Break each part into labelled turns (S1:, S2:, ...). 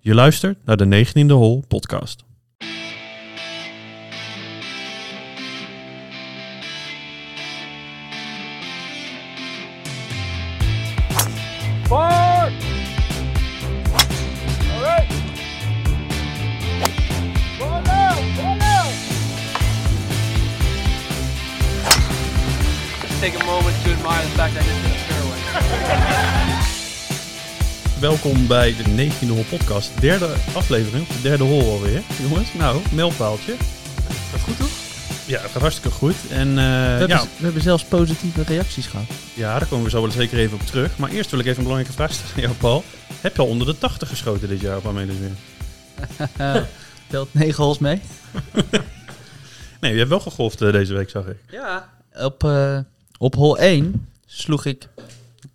S1: Je luistert naar de 19e Hol podcast.
S2: Forward! All right. Ball out, ball out. Let's take a moment to admire the fact I just hit a fairway.
S1: Welkom bij de 19e Hol podcast. Derde aflevering, of de derde hol alweer. Jongens, nou, meldpaaltje.
S3: Dat goed toch?
S1: Ja, het gaat hartstikke goed. En eh,
S3: We, hebben,
S1: ja,
S3: we hebben zelfs positieve reacties gehad.
S1: ja, daar komen we zo wel zeker even op terug. Maar eerst wil ik even een belangrijke vraag stellen aan jou, Paul. Heb je al onder de 80 geschoten dit jaar op Amelis weer?
S3: Telt negen hols mee.
S1: Nee, je hebt wel gegolfd eh, deze week, zag ik.
S3: Ja. Op, eh, op hol 1 sloeg ik...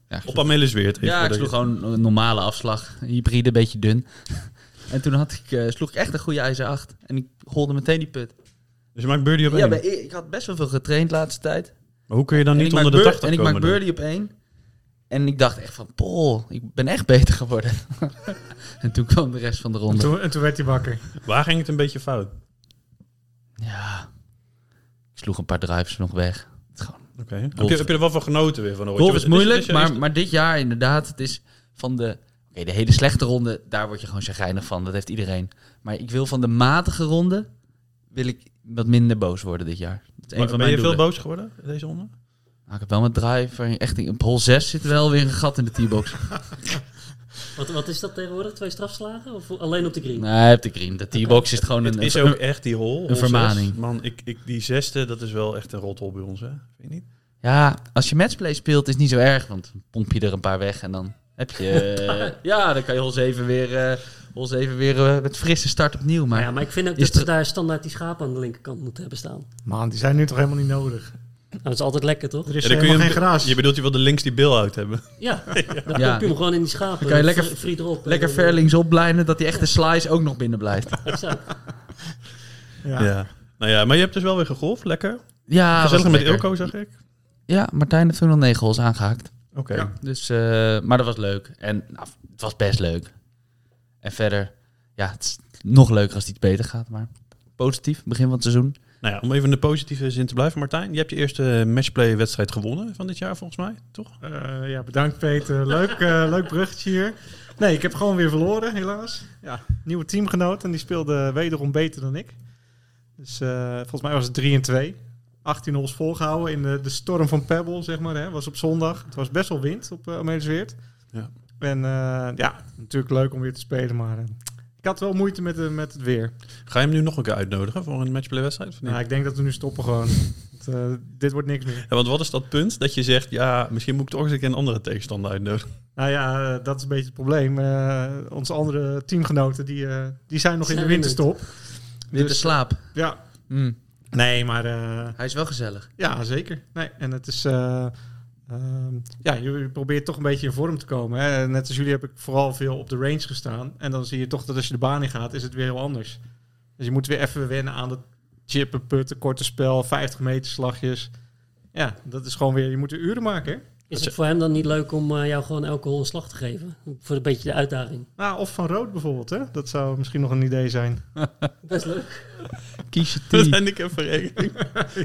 S3: Ja, ik
S1: Op
S3: sloeg-
S1: Amelis weer.
S3: ja, ik sloeg gewoon een normale afslag. Hybride, beetje dun. en toen had ik, eh, sloeg ik echt een goede ijzer 8. En ik holde meteen die put.
S1: Dus je maakt birdie op
S3: Ja,
S1: één.
S3: maar ik ik had best wel veel getraind de laatste tijd.
S1: Maar hoe kun je dan
S3: En
S1: niet
S3: ik maak
S1: onder de
S3: bur-
S1: 80
S3: En ik
S1: komen?
S3: maak
S1: dan?
S3: birdie op één. En ik dacht echt van, Paul, ik ben echt beter geworden. en toen kwam de rest van de
S4: En
S3: ronde.
S4: toen, en toen werd hij wakker.
S1: Waar ging het een beetje fout?
S3: Ja. Ik sloeg een paar drives nog weg.
S1: Oké. Heb, je, heb je er wel van genoten weer van? hoor?
S3: Golf
S1: Je-
S3: is moeilijk,
S1: is- is-
S3: maar, maar dit jaar inderdaad, het is van de... Oké, de hele slechte ronde, daar word je gewoon chagrijnig van. Dat heeft iedereen. Maar ik wil van de matige ronde, wil ik wat minder boos worden dit jaar. Dat is een
S1: Maar ben
S3: van mijn
S1: je
S3: doelen.
S1: veel boos geworden deze ronde?
S3: Nou, ik heb wel mijn drive, waarin echt in- op hol 6 zit wel weer een gat in de t-box.
S5: Wat, wat is dat tegenwoordig? Twee strafslagen? Of alleen op de green?
S3: nee, op de green. De t-box is gewoon
S1: Het
S3: een,
S1: is
S3: een-
S1: ook echt die hol. hol zes.
S3: vermaning.
S1: Man, ik, ik, die zesde, dat is wel echt een rothol bij ons, hè? Vind je niet?
S3: Ja, als je matchplay speelt is het niet zo erg, want dan pomp je er een paar weg en dan heb je... eh, ja, dan kan je ons even weer, eh, ons even weer eh, met frisse start opnieuw. Maar
S5: Maar ja, maar ik vind ook
S3: Is
S5: dat ze
S3: er-
S5: daar standaard die schapen aan de linkerkant moeten hebben staan.
S4: Man, die zijn nu toch helemaal niet nodig.
S5: Nou, dat is altijd lekker, toch?
S4: Er is
S1: Ja, dan kun
S4: helemaal
S1: je-
S4: geen gras.
S1: Je bedoelt, je wil de links die bill out hebben.
S5: Ja, dan pomp
S3: Ja.
S5: je hem gewoon in die schapen.
S3: kan je lekker-
S5: Fr- friet erop.
S3: lekker
S5: En,
S1: Eh,
S3: ver links oplijnen, dat die echte slice ook nog binnen blijft.
S5: eh, exact.
S4: Ja.
S1: Ja. Nou ja, maar je hebt dus wel weer gegolfd, lekker.
S3: Ja, was
S1: Gezellig met
S3: lekker.
S1: Ilko, zag ik.
S3: Ja, Martijn heeft toen al negen holes aangehaakt.
S1: Oké.
S4: Ja.
S3: Dus, eh, maar dat was leuk. En nou, het was best leuk. En verder, ja, het is nog leuker als het iets beter gaat. Maar positief, begin van het seizoen.
S1: Nou ja, om even in de positieve zin te blijven, Martijn. Je hebt je eerste matchplay-wedstrijd gewonnen van dit jaar, volgens mij, toch?
S4: Eh, ja, bedankt Peter. Leuk, eh, leuk bruggetje hier. Nee, ik heb gewoon weer verloren, helaas. Ja, nieuwe teamgenoot en die speelde wederom beter dan ik. Dus eh, volgens mij was het 3 en 2. 18 holes volgehouden in de, de storm van Pebble, zeg maar. Hè. was op zondag. Het was best wel wind op uh, Amelisweert.
S1: Ja.
S4: En eh, ja, natuurlijk leuk om weer te spelen, maar eh, ik had wel moeite met, de- met het weer.
S1: Ga je hem nu nog een keer uitnodigen voor een matchplay-wedstrijd? of niet?
S4: Nou, ik denk dat we nu stoppen gewoon. Want, eh, dit wordt niks meer.
S1: Ja, want wat is dat punt dat je zegt, ja, misschien moet ik toch eens een keer een andere tegenstander uitnodigen?
S4: Nou ja, eh, dat is een beetje het probleem. Eh, onze andere teamgenoten, die, eh, die zijn nog in
S5: Zijn
S4: de
S5: er
S4: winterstop.
S3: Dit
S4: Dus-
S3: is slaap.
S4: Ja.
S3: Hm,
S4: Nee, maar eh,
S3: hij is wel gezellig.
S4: ja, zeker. Nee, en het is... eh, ehm, ja, je, je probeert toch een beetje in vorm te komen. Hè. Net als jullie heb ik vooral veel op de range gestaan. En dan zie je toch dat als je de baan in gaat, is het weer heel anders. Dus je moet weer even wennen aan dat chippen, putten, korte spel, 50 meter slagjes. Ja, dat is gewoon weer... Je moet er uren maken, hè.
S5: Is het voor hem dan niet leuk om eh, jou gewoon elke hol een slag te geven? Voor een beetje de uitdaging.
S4: Nou, of van rood bijvoorbeeld, hè. Dat zou misschien nog een idee zijn.
S5: Best leuk.
S3: Kies je
S1: Dat
S3: team.
S1: en ik heb verrekening.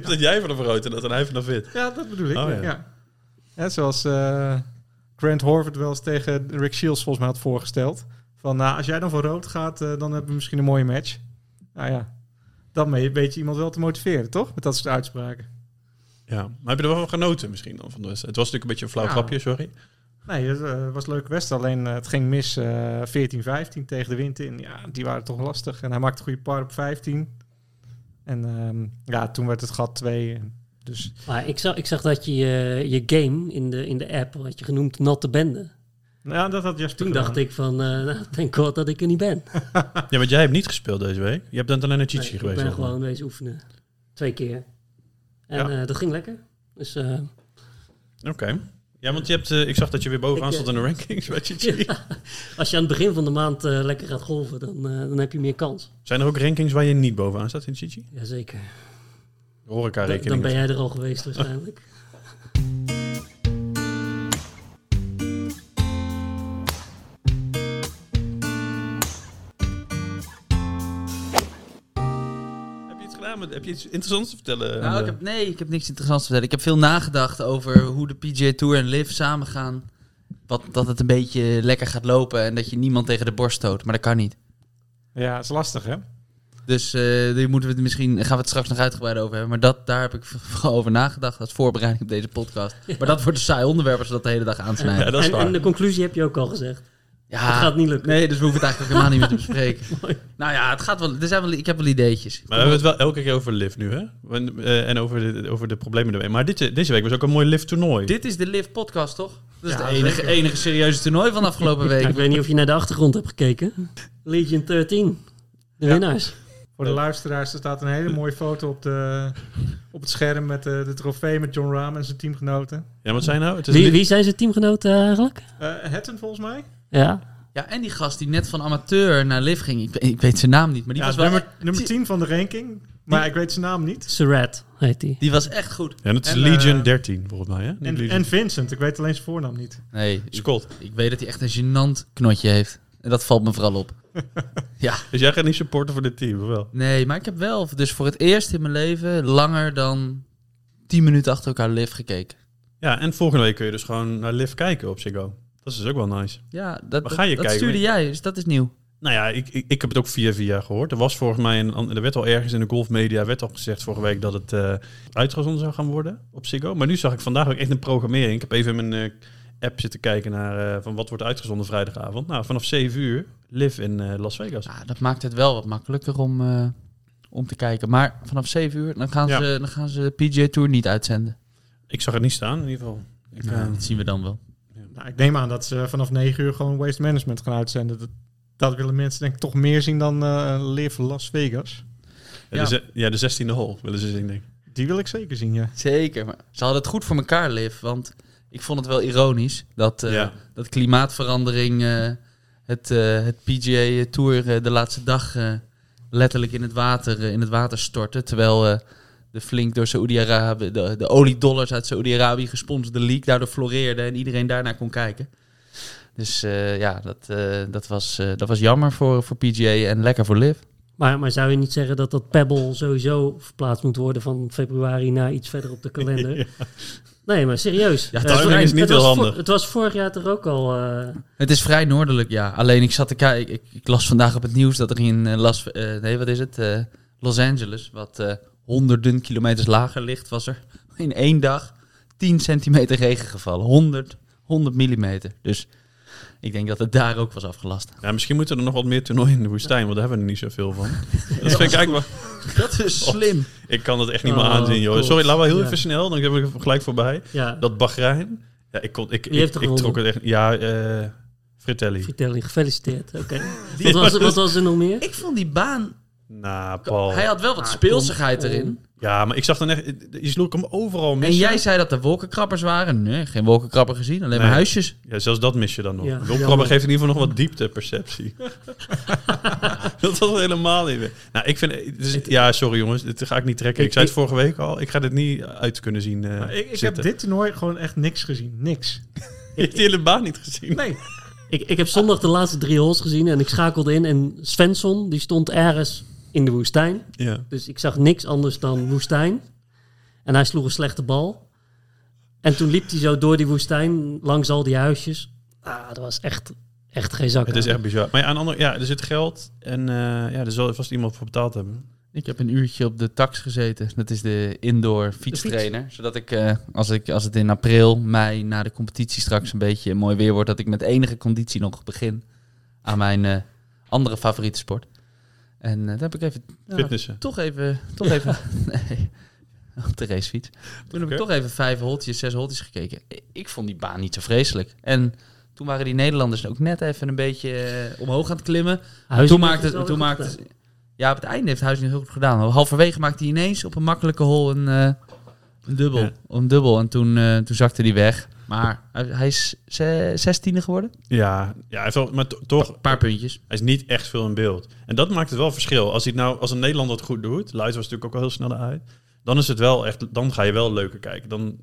S1: Dat jij van de verrood en dat en hij van de wit.
S4: Ja, dat bedoel ik.
S1: Oh, ja.
S4: ja. Ja. zoals eh, Grant Horvath wel eens tegen Rick Shields volgens mij had voorgesteld. Van nou, als jij dan voor rood gaat, eh, dan hebben we misschien een mooie match. Nou ja, dan ben je- weet je iemand wel te motiveren, toch? Met dat soort uitspraken.
S1: Ja, maar heb je er wel van genoten misschien dan van de wedstrijd? Het was natuurlijk een beetje een flauw
S5: Nou.
S4: Ja.
S1: grapje, sorry.
S4: Nee, het eh, was leuk West. Alleen eh, het ging mis eh 14-15 tegen de wind in. Ja, die waren toch lastig. En hij maakte een goede par op 15. En ehm, ja, toen werd het gat 2. Dus
S5: Maar ik zag, ik zag dat je eh, je game in de, in de app had je genoemd Natte Bende.
S4: nou ja, dat had Jasper
S5: Toen
S4: gedaan.
S5: dacht ik van, eh nou, thank god dat ik er niet ben.
S1: Ja, want jij hebt niet gespeeld deze week. Je hebt dan alleen naar Chichi
S5: Nee,
S1: geweest.
S5: Ik ben
S1: zeg maar.
S5: gewoon wezen oefenen. Twee keer. En
S4: Ja.
S5: eh, dat ging lekker. Dus eh,
S1: Oké. Ja, want je hebt, eh, ik zag dat je weer bovenaan
S5: Ik, eh,
S1: stond in de rankings bij Chichi.
S5: als je aan het begin van de maand eh, lekker gaat golven, dan, eh, dan heb je meer kans.
S1: Zijn er ook rankings waar je niet bovenaan staat in Chichi?
S5: Jazeker.
S1: Horeca
S5: Dan,
S1: rekening.
S5: dan ben jij er al geweest waarschijnlijk.
S1: Ja, maar heb je iets interessants te vertellen?
S3: Nou, ik heb, nee, ik heb niks interessants te vertellen. Ik heb veel nagedacht over hoe de PGA Tour en Live samengaan. Wat, dat het een beetje lekker gaat lopen en dat je niemand tegen de borst stoot. Maar dat kan niet.
S4: Ja, dat is lastig, hè?
S3: Dus eh die moeten we het misschien, gaan we het straks nog uitgebreid over hebben. Maar dat, daar heb ik vooral over nagedacht als voorbereiding op deze podcast. Maar dat wordt een saai onderwerp als we dat de hele dag
S1: Ja,
S3: aansnijden.
S1: dat is
S5: en,
S1: waar. Ah.
S5: en de conclusie heb je ook al gezegd.
S3: Ja,
S5: Het gaat niet lukken.
S3: Nee, dus we hoeven het eigenlijk ook helemaal niet meer te bespreken.
S5: Mooi.
S3: Nou ja, het gaat wel, er zijn wel, ik heb wel ideetjes.
S1: Maar we hebben het wel elke keer over Liv nu, hè? En, eh, en over, de, over de problemen ermee. Maar dit, eh, deze week was ook een mooi Liv-toernooi.
S3: Dit is de Live podcast, toch? Dat is
S4: Ja,
S3: het enige,
S4: zeker.
S3: enige serieuze toernooi van afgelopen
S5: Ja,
S3: week.
S5: ik weet niet of je naar de achtergrond hebt gekeken. Legion 13. De
S4: Ja.
S5: winnaars.
S4: Voor de luisteraars, er staat een hele mooie foto op, de, op het scherm met eh, de, de trofee met John Rahm en zijn teamgenoten.
S1: Ja, wat zijn nou? Het is
S5: Wie,
S1: Liv-
S5: wie zijn zijn teamgenoten eigenlijk?
S4: Eh Hatton, volgens mij.
S5: Ja.
S3: Ja, en die gast die net van amateur naar Live ging. Ik, ik weet zijn naam niet, maar die
S4: Ja,
S3: was wel...
S4: nummer, nummer 10 van de ranking, maar ik weet zijn naam niet.
S5: Surratt heet die.
S3: Die was echt goed.
S1: Ja, dat is
S4: En,
S1: Legion
S4: eh,
S1: 13, volgens mij, hè? Niet
S4: En,
S1: Legion.
S4: en Vincent, ik weet alleen zijn voornaam niet.
S3: Nee, ik,
S1: Scott.
S3: ik weet dat hij echt een gênant knotje heeft. En dat valt me vooral op.
S1: Dus jij gaat niet supporten voor dit team, of wel?
S3: Nee, maar ik heb wel dus voor het eerst in mijn leven langer dan 10 minuten achter elkaar live gekeken.
S1: Ja, en volgende week kun je dus gewoon naar Liv kijken op Ziggo. Dat is dus ook wel nice.
S3: Ja, dat,
S1: Maar ga je
S3: dat
S1: kijken?
S3: stuurde jij, dus dat is nieuw.
S1: Nou ja, ik, ik, ik heb het ook via via gehoord. Er was volgens mij, een, an- er werd al ergens in de golfmedia werd al gezegd vorige week dat het eh uitgezonden zou gaan worden op Ziggo. Maar nu zag ik vandaag ook echt een programmering. Ik heb even in mijn eh, app zitten kijken naar eh, van wat wordt uitgezonden vrijdagavond. Nou, vanaf 7 uur live in eh, Las Vegas.
S3: Ja, dat maakt het wel wat makkelijker om, eh, om te kijken. Maar vanaf 7 uur, dan gaan,
S1: Ja.
S3: ze, dan gaan ze de PGA Tour niet uitzenden.
S1: Ik zag het niet staan in ieder geval. Ik, eh,
S3: Nou, dat zien we dan wel.
S4: Nou, ik neem aan dat ze vanaf 9 uur gewoon waste management gaan uitzenden. Dat, dat willen mensen denk ik toch meer zien dan eh Live Las Vegas.
S1: ja, de, ze- eh, ja, de 16e hole willen ze zien, denk ik.
S4: Die wil ik zeker zien, ja.
S3: Zeker, maar ze hadden het goed voor elkaar, Liv. Want ik vond het wel ironisch dat, eh,
S1: Ja.
S3: dat klimaatverandering eh, het, eh, het PGA Tour eh, de laatste dag eh, letterlijk in het water, eh, in het water stortte. Terwijl eh, de flink door Saoedi-Arabië, de, de oliedollars uit Saoedi-Arabië gesponsorde leak daardoor floreerde en iedereen daarnaar kon kijken. Dus eh, ja, dat, eh, dat, was, eh, dat was jammer voor, voor PGA en lekker voor Liv.
S5: Maar, maar zou je niet zeggen dat dat Pebble sowieso verplaatst moet worden van februari naar iets verder op de kalender? Nee, maar serieus.
S3: Ja,
S5: Eh,
S3: timing
S5: het-
S1: is niet
S5: het
S1: heel
S5: was
S1: handig.
S5: voor- het was vorig jaar toch ook al... eh,
S3: Het is vrij noordelijk, ja. Alleen ik zat te kijken. Ik, ik las vandaag op het nieuws dat er in eh, Las, eh, nee, wat is het? Eh, Los Angeles, wat eh, honderden kilometers lager ligt, was er in één dag 10 centimeter regen gevallen. 100, 100 millimeter. Dus ik denk dat het daar ook was afgelast.
S1: Ja, misschien moeten er nog wat meer toernooien in de woestijn, want daar hebben we er niet zoveel van. Dat vind ik eigenlijk wel...
S3: Dat is
S1: slim. Ik kan dat echt niet meer
S5: Oh,
S1: aanzien, joh.
S5: God.
S1: Sorry, laten we heel
S5: Ja.
S1: even snel, dan hebben we er gelijk voorbij.
S5: ja,
S1: Dat Bahrein, ja, ik, kon, ik,
S5: Wie heeft
S1: ik,
S5: er
S1: ik trok het
S5: gewonnen?
S1: echt... Ja, eh Fritelli.
S5: Fritelli, gefeliciteerd. Oké. Wat, was, wat was er nog meer?
S3: Ik vond die baan.
S1: Nou, Paul.
S3: Hij had wel wat
S5: Ah,
S3: speelsigheid
S5: kom op.
S3: erin.
S1: Ja, maar ik zag dan echt... Je sloeg hem overal mis.
S3: En jij zei dat er wolkenkrabbers waren. Nee, geen wolkenkrabber gezien. Alleen maar
S1: Nee.
S3: huisjes.
S1: Ja, zelfs dat mis je dan nog.
S5: Ja,
S1: Ja, Wilkrabber
S5: jammer.
S1: geeft in ieder geval nog wat diepteperceptie. dat was helemaal niet meer. Nou, ik vind... het is- ja, sorry jongens, dit ga ik niet trekken. Ik,
S5: Ik-
S1: zei het
S5: ik-
S1: vorige week al, ik ga dit niet uit kunnen zien eh,
S4: Maar ik ik heb
S1: zitten.
S4: dit toernooi gewoon echt niks gezien. Niks.
S1: Je hebt die hele baan niet gezien.
S4: Nee.
S5: Ik, ik heb zondag de laatste drie holes gezien en ik schakelde in. En Svensson, die stond ergens in de woestijn.
S1: Ja.
S5: Dus ik zag niks anders dan woestijn. En hij sloeg een slechte bal. En toen liep hij zo door die woestijn, langs al die huisjes. Ah, dat was echt, echt geen zak.
S1: Het is
S5: aan.
S1: echt bizar. Maar ja, aan de andere, ja, er zit geld en eh, ja, er zal vast iemand voor betaald hebben.
S3: Ik heb een uurtje op de tax gezeten. Dat is de indoor fietstrainer. Zodat ik, eh, als ik, als het in april, mei, na de competitie straks een beetje mooi weer wordt, dat ik met enige conditie nog begin aan mijn eh, andere favoriete sport. En eh, daar heb ik even... ja,
S1: Fitnessen.
S3: toch even... Toch even nee, op de racefiets. Toen heb
S1: Oké.
S3: ik toch even vijf holtjes, zes holtjes gekeken. I- Ik vond die baan niet zo vreselijk. En toen waren die Nederlanders ook net even een beetje eh, omhoog aan het klimmen.
S5: Huizinga
S3: Toen maakte,
S5: heeft wel
S3: toen
S5: weer
S3: maakte,
S5: goed
S3: ja, op het einde heeft Huizing heel goed gedaan. Halverwege maakte hij ineens op een makkelijke hol een, eh, een, dubbel,
S1: Ja.
S3: een dubbel. En toen, eh, toen zakte hij weg. Maar hij, hij is ze- zestiende geworden.
S1: Ja, ja hij heeft wel- maar to- toch,
S3: Een paar puntjes.
S1: hij is niet echt veel in beeld. En dat maakt het wel verschil. Als, hij het nou, als een Nederlander het goed doet, Luid was natuurlijk ook al heel snel uit, dan is het wel echt, dan ga je wel leuker kijken. Dan,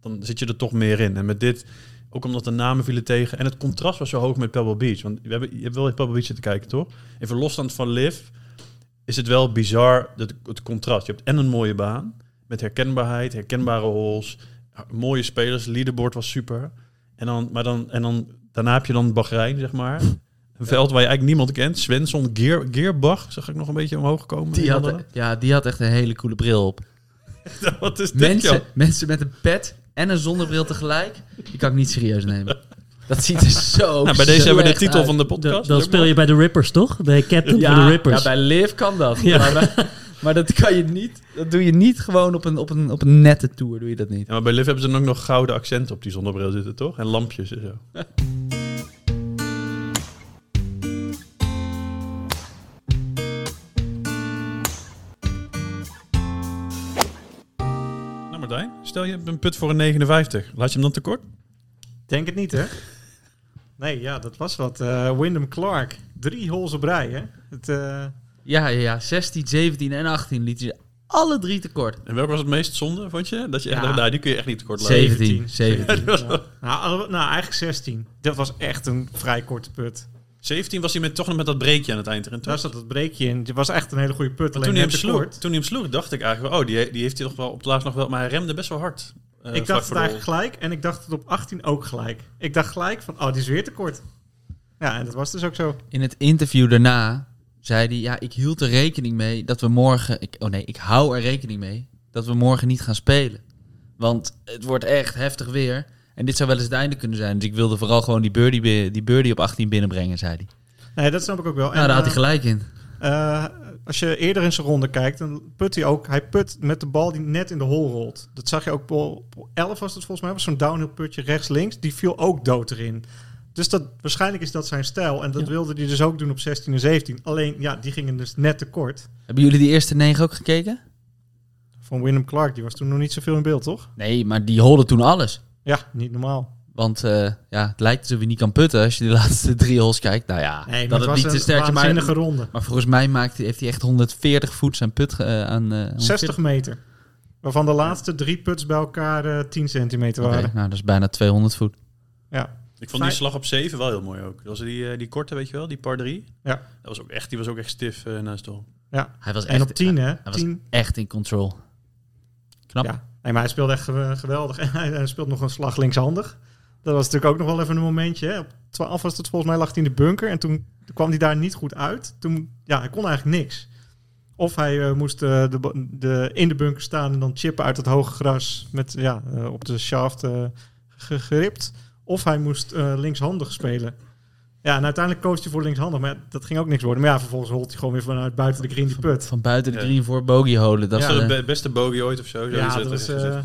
S1: dan zit je er toch meer in. En met dit, ook omdat de namen vielen tegen en het contrast was zo hoog met Pebble Beach. Want we hebben, je hebt wel in Pebble Beach zitten kijken, toch? Even losstand van Liv. is het wel bizar dat het contrast. Je hebt en een mooie baan met herkenbaarheid, herkenbare holes, mooie spelers, leaderboard was super. En dan, maar dan, en dan daarna heb je dan Bahrein, zeg maar. Een veld waar je eigenlijk niemand kent. Svensson, Geer, Geerbach, zag ik nog een beetje omhoog komen.
S3: Die
S1: in
S3: had, e-
S1: Londen.
S3: ja, die had echt een hele coole bril op.
S1: Wat is dit,
S3: Mensen,
S1: joh?
S3: mensen met een pet en een zonnebril tegelijk, die kan ik niet serieus nemen. Dat ziet er zo
S1: Nou, bij deze hebben we de
S3: slecht
S1: titel
S3: uit.
S1: van de
S5: Da-
S1: podcast.
S5: dan
S1: Leuk,
S5: speel
S1: man.
S5: je bij de Rippers, toch? De captain van
S3: ja,
S5: de Rippers.
S3: ja, bij Liv kan dat.
S5: Ja.
S3: Maar, bij- maar dat kan je niet. Dat doe je niet gewoon op een, op een, op een nette tour. Doe je dat niet.
S1: Ja, maar bij Liv hebben ze dan ook nog gouden accenten op die zonnebril zitten, toch? En lampjes en zo. nou Martijn, stel je hebt een put voor een 59. Laat je hem dan tekort?
S4: Denk het niet, hè? Nee, ja, dat was wat. Eh Wyndham Clark. Drie holes op rij, hè? Het, eh,
S3: Ja, ja, ja, 16, 17 en 18 lieten ze alle drie tekort.
S1: En welke was het meest zonde, vond je? Dat je echt
S3: Ja.
S1: dacht, nou, die kun je echt niet tekort laten.
S3: 17, 17.
S4: nou, alle- nou, eigenlijk 16. Dat was echt een vrij korte put.
S1: 17 was hij met, toch nog met dat breekje aan het eind erin, toch?
S4: Daar zat dat breekje in. Het was echt een hele goede put.
S1: Maar
S4: Alleen
S1: toen hij, hem
S4: net te
S1: sloeg,
S4: kort.
S1: toen hij hem sloeg, dacht ik eigenlijk, wel, oh, die, die heeft hij nog wel op het laatst nog wel, maar hij remde best wel hard. eh,
S4: ik
S1: vlak
S4: dacht het
S1: voor de hol.
S4: eigenlijk gelijk. En ik dacht het op 18 ook gelijk. Ik dacht gelijk van, oh, die is weer te kort. Ja, en dat was dus ook zo.
S3: In het interview daarna zei hij: Ja, ik hield er rekening mee dat we morgen. Ik, oh nee, ik hou er rekening mee dat we morgen niet gaan spelen. Want het wordt echt heftig weer. En dit zou wel eens het einde kunnen zijn. Dus ik wilde vooral gewoon die birdie, bi- die birdie op 18 binnenbrengen, zei hij.
S4: Nee, dat snap ik ook wel.
S3: Nou,
S4: en,
S3: daar had
S4: eh,
S3: hij gelijk in.
S4: Eh, als je eerder in zijn ronde kijkt, dan put hij ook. Hij put met de bal die net in de hole rolt. Dat zag je ook op op 11 was het volgens mij. was zo'n downhill putje rechts-links. Die viel ook dood erin. Dus dat, waarschijnlijk is dat zijn stijl. En dat
S5: Ja.
S4: wilde hij dus ook doen op 16 en 17. Alleen, ja, die gingen dus net te kort.
S3: Hebben jullie die eerste 9 ook gekeken?
S4: Van Wyndham Clark, die was toen nog niet zoveel in beeld, toch?
S3: Nee, maar die holden toen alles.
S4: Ja, niet normaal.
S3: Want eh, ja, het lijkt alsof je niet kan putten als je de laatste drie holes kijkt. Nou ja, dat het, niet te sterk is.
S4: waanzinnige
S3: Maar,
S4: ronde.
S3: maar volgens mij maakt hij, heeft hij echt 140 voet zijn put eh, aan. eh,
S4: 60 meter. Waarvan de laatste drie puts bij elkaar eh, 10 centimeter
S3: Oké,
S4: waren.
S3: nou, dat is bijna 200 voet.
S4: Ja.
S1: Ik vond die
S4: Fijn.
S1: slag op 7 wel heel mooi ook. Dat was die, eh, die korte, weet je wel, die par 3.
S4: Ja.
S1: Dat was ook echt, die was ook echt stif eh, naast de hol.
S4: ja.
S3: Hij was
S4: En
S3: echt,
S4: op 10, hè?
S3: was
S4: 10
S3: echt in control. Knap.
S4: Ja, nee, maar hij speelde echt gew- geweldig. En hij hij speelt nog een slag linkshandig. Dat was natuurlijk ook nog wel even een momentje. Hè. Op 12 was het volgens mij, lag hij in de bunker. En toen kwam hij daar niet goed uit. Toen, ja, hij kon eigenlijk niks. Of hij eh, moest eh, de, ba- de, in de bunker staan en dan chippen uit het hoge gras. Met, ja, eh, op de shaft eh, ge- geript. Of hij moest eh, linkshandig spelen. Ja, en uiteindelijk koos hij voor linkshandig. Maar ja, dat ging ook niks worden. Maar ja, vervolgens holt hij gewoon weer vanuit buiten de green die put.
S3: Van buiten de
S1: Ja.
S3: green voor bogey holen. Dat
S1: Dat
S3: is,
S1: was
S3: eh,
S1: de be- beste bogey ooit of zo. zo
S4: Ja,
S1: is het
S4: dat was,
S1: gezegd,
S4: eh,
S1: eh.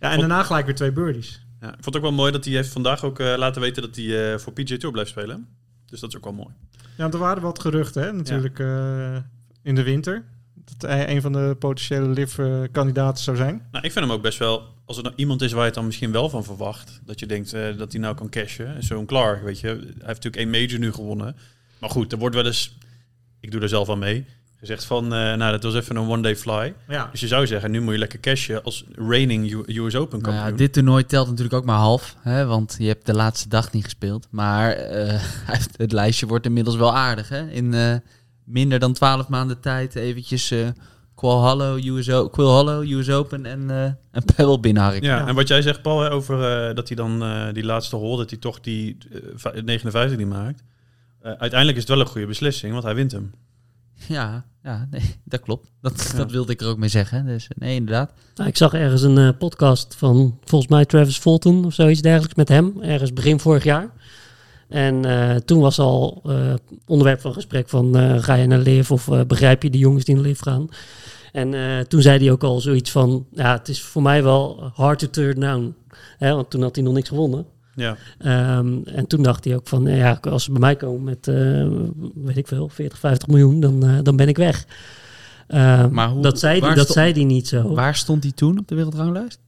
S4: Ja, en daarna gelijk weer twee birdies.
S1: Ja, ik vond het ook wel mooi dat hij heeft vandaag ook eh, laten weten dat hij eh, voor PJ Tour blijft spelen. Dus dat is ook wel mooi.
S4: Ja, want er waren wat geruchten, hè, natuurlijk, eh, in de winter. Dat hij een van de potentiële LIV-kandidaten zou zijn.
S1: Nou, ik vind hem ook best wel, als er nou iemand is waar je het dan misschien wel van verwacht, dat je denkt eh, dat hij nou kan cashen. Zo'n Clark, weet je. Hij heeft natuurlijk één major nu gewonnen. Maar goed, er wordt wel eens, ik doe er zelf aan mee, gezegd van, eh, nou, dat was even een one-day fly.
S4: Ja.
S1: Dus je zou zeggen, nu moet je lekker cashen als reigning U- US Open
S3: nou
S1: kampioen.
S3: ja, dit toernooi telt natuurlijk ook maar half. Hè, want je hebt de laatste dag niet gespeeld. Maar eh, het lijstje wordt inmiddels wel aardig. Hè? In eh, minder dan 12 maanden tijd eventjes eh Qual Hollow, USO, Quill Hollow, US Open en, eh en Pebble binnenharken.
S1: Ja,
S4: Ja.
S1: en wat jij zegt, Paul, hè, over eh, dat hij dan eh, die laatste hole, dat hij toch die eh, va- 59 die maakt. Eh, uiteindelijk is het wel een goede beslissing, want hij wint hem.
S3: Ja, ja nee, dat klopt. Dat, dat wilde ik er ook mee zeggen. Dus nee, inderdaad.
S5: Nou, ik zag ergens een eh, podcast van volgens mij Travis Fulton of zoiets dergelijks met hem, ergens begin vorig jaar. En eh, toen was al eh, onderwerp van gesprek van eh, ga je naar Liv of eh, begrijp je de jongens die naar Liv gaan. En eh, toen zei hij ook al zoiets van, ja, het is voor mij wel hard to turn down. Hè, want toen had hij nog niks gewonnen.
S1: Ja,
S5: Ehm, en toen dacht hij ook van, eh, ja, als ze bij mij komen met, eh, weet ik veel, 40, 50 miljoen, dan, eh, dan ben ik weg. Ehm,
S3: Maar hoe-
S5: dat zei hij
S3: waar
S5: dat
S3: sto-
S5: zei hij niet zo.
S3: Waar stond hij toen op de wereldranglijst?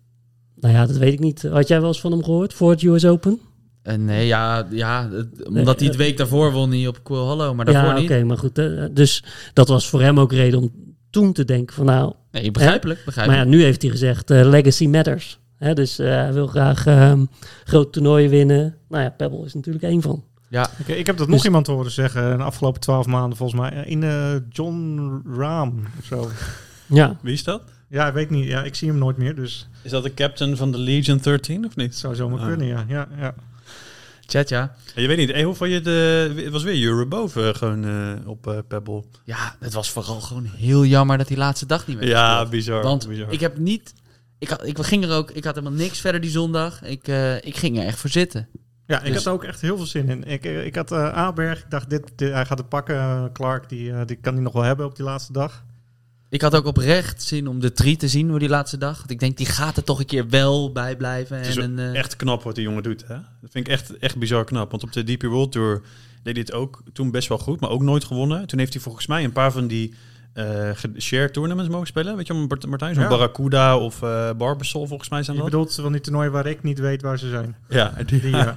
S5: Nou ja, dat weet ik niet. Had jij wel eens van hem gehoord voor het US Open?
S3: Eh, nee, ja, ja het-
S5: Nee,
S3: omdat hij het
S5: eh,
S3: week daarvoor won niet op Quill Hollow, maar daarvoor
S5: Ja, oké,
S3: niet.
S5: maar goed. eh, Dus dat was voor hem ook reden om toen te denken van nou...
S3: Nee, begrijpelijk,
S5: Maar ja,
S3: begrijpelijk.
S5: nu heeft hij gezegd eh, legacy matters. Hè, dus eh, hij wil graag ehm groot toernooien winnen. Nou ja, Pebble is natuurlijk één van.
S3: ja.
S4: Ik, ik heb dat nog
S5: Dus-
S4: iemand horen zeggen in de afgelopen twaalf maanden, volgens mij. eh, In eh, John Rahm of zo.
S5: Ja,
S1: Wie is dat?
S4: Ja, ik weet niet. Ja, ik zie hem nooit meer, dus
S1: Is dat de captain van de Legion 13 of
S4: het
S1: niet?
S4: zou zomaar
S1: Ah.
S4: kunnen, ja. ja, ja.
S3: Tja, tja.
S1: Ja, je weet niet. Hey, hoe vond je de... Het was weer Euro boven eh, gewoon eh, op eh, Pebble.
S3: Ja, het was vooral gewoon heel jammer dat die laatste dag niet werd
S1: Ja,
S3: gespeeld.
S1: bizar.
S3: Want
S1: bizar.
S4: eh,
S3: ik heb niet... Ik, had, ik ging er ook... Ik had helemaal niks verder die zondag. Ik, eh, ik ging er echt voor zitten.
S4: Ja, ik
S3: Dus-
S4: had er ook echt heel veel zin in. Ik, eh, ik had eh Aberg, ik dacht, dit, dit- hij gaat het pakken. Eh, Clark, die, eh, die kan hij nog wel hebben op die laatste dag.
S3: Ik had ook oprecht zin om de tri te zien voor die laatste dag. Want ik denk, die gaat er toch een keer wel bij blijven.
S1: Het is
S3: En een, eh,
S1: echt knap wat die jongen doet. Hè? Dat vind ik echt, echt bizar knap. Want op de DP World Tour deed hij het ook toen best wel goed, maar ook nooit gewonnen. Toen heeft hij volgens mij een paar van die eh share tournaments mogen spelen. Weet je, wel, Mart- Martijn, zo'n
S4: Ja.
S1: Barracuda of eh Barbasol volgens mij zijn
S4: Je
S1: dat.
S4: bedoelt van die toernooi waar ik niet weet waar ze zijn.
S1: Ja, die,
S4: Die, eh,